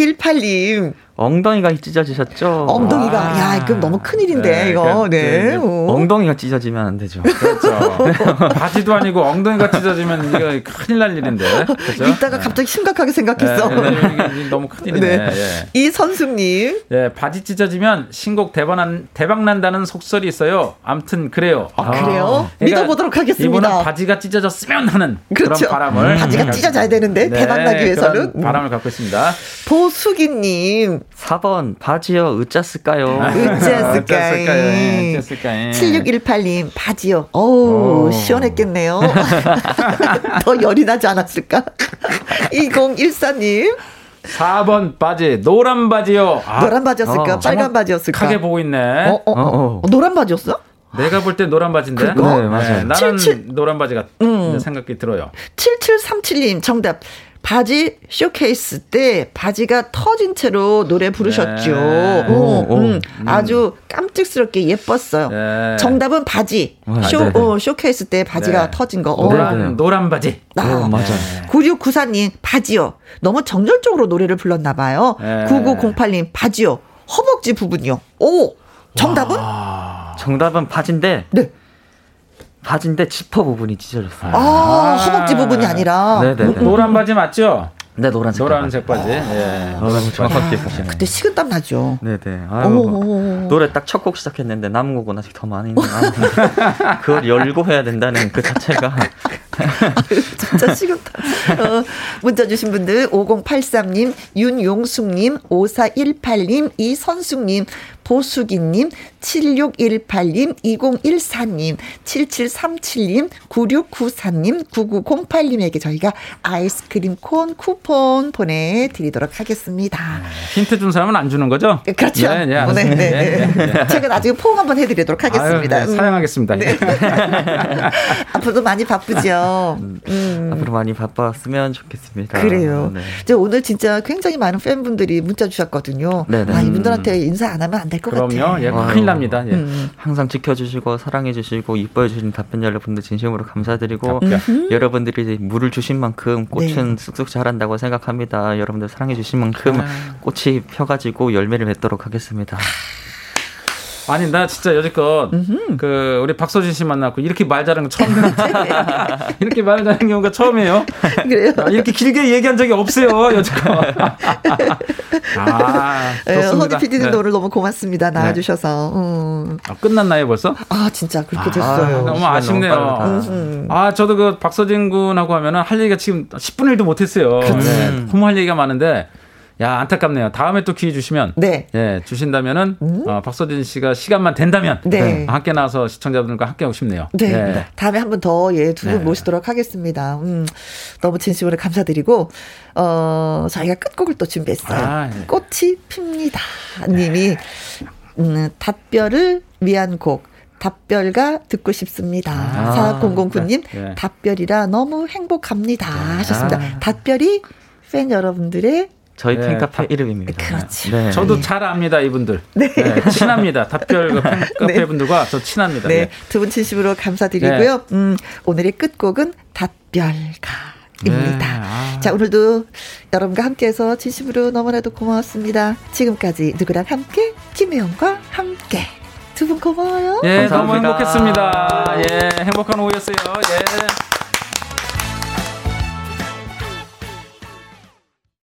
5418님.
엉덩이가 찢어지셨죠?
엉덩이가.
와.
야, 그럼 너무 큰일인데,
네,
이거.
그러니까
네.
이제
오.
엉덩이가 찢어지면 안 되죠.
그렇죠. 바지도 아니고 엉덩이가 찢어지면 이거 큰일 날 일인데. 그죠?
이따가 갑자기 심각하게 생각했어.
예, 예, 이게 너무 큰일이네.
네.
예.
이선숙님.
예, 바지 찢어지면 신곡 대박, 난, 대박 난다는 속설이 있어요. 암튼 그래요.
아, 그래요?
그러니까
믿어보도록 하겠습니다.
이분은 바지가 찢어졌으면 하는 그런
그렇죠.
바람을
바지가
갖고
찢어져야 되는데
있습니다. 네,
대박 나기
그런
위해서는.
바람을 갖고 있습니다.
보수기님.
4번 바지여 으짜 쓸까요?
네. 아, 으짜스까이.
아, 예, 어땠을까요?
7618님, 바지요. 어우,
오.
시원했겠네요. 더 열이 나지 않았을까? 2014님,
4번 바지 노란 바지요. 아,
노란 바지였을까?
어,
빨간 바지였을까?
크게 보고 있네.
어, 어, 어.
어.
어, 노란 바지였어?
내가 볼 때 노란 바지인데.
그거? 네, 맞아요.
나는
칠칠.
노란 바지가
음.
생각이 들어요.
7737님, 정답. 바지 쇼케이스 때 바지가 터진 채로 노래 부르셨죠.
네.
오,
오, 오.
음, 아주 깜찍스럽게 예뻤어요.
네.
정답은 바지.
와,
쇼,
네, 네.
어, 쇼케이스 때 바지가
네.
터진 거. 어.
노란
네, 네.
노란 바지.
아.
어, 맞아.
9694님, 바지요. 너무 정열적으로 노래를 불렀나봐요.
네.
9908님, 바지요. 허벅지 부분이요. 오! 정답은?
정답은 바지인데
네.
바지인데 지퍼 부분이 찢어졌어요.
아, 허벅지 부분이 아니라.
네네.
노- 노란 바지 맞죠?
네 노란색.
노란색 바지. 예.
아, 너무 정확하게 보시네.
그때 식은땀 나죠.
네네.
어머머머머.
아유, 노래 딱 첫 곡 시작했는데 남은 곡은 아직 더 많이 남았는데 그걸 열고 해야 된다는 그 자체가
진짜 식은땀. 어, 문자 주신 분들, 5083님, 윤용숙님, 5418님, 이선숙님, 보수기님, 7618님, 2014님, 7737님, 9694님, 9908님에게 저희가 아이스크림 콘 쿠폰 보내드리도록 하겠습니다.
힌트 준 사람은 안 주는 거죠?
그렇죠.
네,
네,
네,
네,
알겠습니다. 예, 예, 예.
네. 제가 나중에 포옹 한번 해드리도록 하겠습니다.
아유, 네,
음,
사양하겠습니다. 예.
앞으로도 많이 바쁘죠. 음.
앞으로 많이 바빴으면 좋겠습니다.
그래요.
네.
이제 오늘 진짜 굉장히 많은 팬분들이 문자 주셨거든요.
네네. 음.
아, 이분들한테 인사 안 하면 안 될 것 같아요. 음.
그럼요. 예,
아유.
큰일 납니다. 예.
항상 지켜주시고 사랑해주시고 이뻐해주신 답변 여러분들 진심으로 감사드리고 여러분들이 물을 주신 만큼
네.
꽃은 쑥쑥 자란다고 생각합니다. 여러분들 사랑해주신 만큼
아.
꽃이 펴가지고 열매를 맺도록 하겠습니다.
아니 나 진짜 여지껏 그 우리 박서진 씨 만나고 이렇게 말 잘하는 거 처음 봤는데 이렇게 말 잘하는 경우가 처음이에요.
예.
그래요.
아, 이렇게 길게 얘기한 적이 없어요 여지껏. 아
예, 허니
좋습니다.
PD님도
네.
오늘 너무 고맙습니다. 나와주셔서. 음.
아, 끝났나요 벌써?
아, 진짜 그렇게
아,
됐어요.
너무
시간
아쉽네요.
너무 빠르다.
음.
아, 저도 그 박서진 군하고 하면은 할 얘기가 지금 10분의 1도 못했어요. 네. 너무 할 얘기가 많은데, 야, 안타깝네요. 다음에 또 기회 주시면,
네. 음?
예, 주신다면은, 어, 박서진 씨가 시간만 된다면,
네.
함께 나와서 시청자분들과 함께 하고 싶네요.
네.
예.
다음에 한 번 더, 예, 두 분
네.
모시도록 하겠습니다. 음, 너무 진심으로 감사드리고, 어, 저희가 끝곡을 또 준비했어요.
아, 예.
꽃이 핍니다. 님이, 음, 답별을 위한 곡. 답별가 듣고 싶습니다.
아,
4009님,
네, 아. 네.
답별이라 너무 행복합니다. 하셨습니다. 답별이 팬 여러분들의
저희
네,
팬카페 이름입니다.
그렇지.
네.
저도 잘 압니다, 이분들. 예, 친합니다. 답별 그 카페
네.
분들과 저 친합니다. 네.
네,
예.
두 분 진심으로 감사드리고요. 음, 오늘의 끝곡은 답별가. 입니다.
네, 아.
자, 오늘도 여러분과 함께해서 진심으로 너무나도 고마웠습니다. 지금까지 누구랑 함께 김혜영과 함께 두 분 고마워요.
예,
감사합니다.
너무 행복했습니다. 예, 행복한 오후였어요. 예.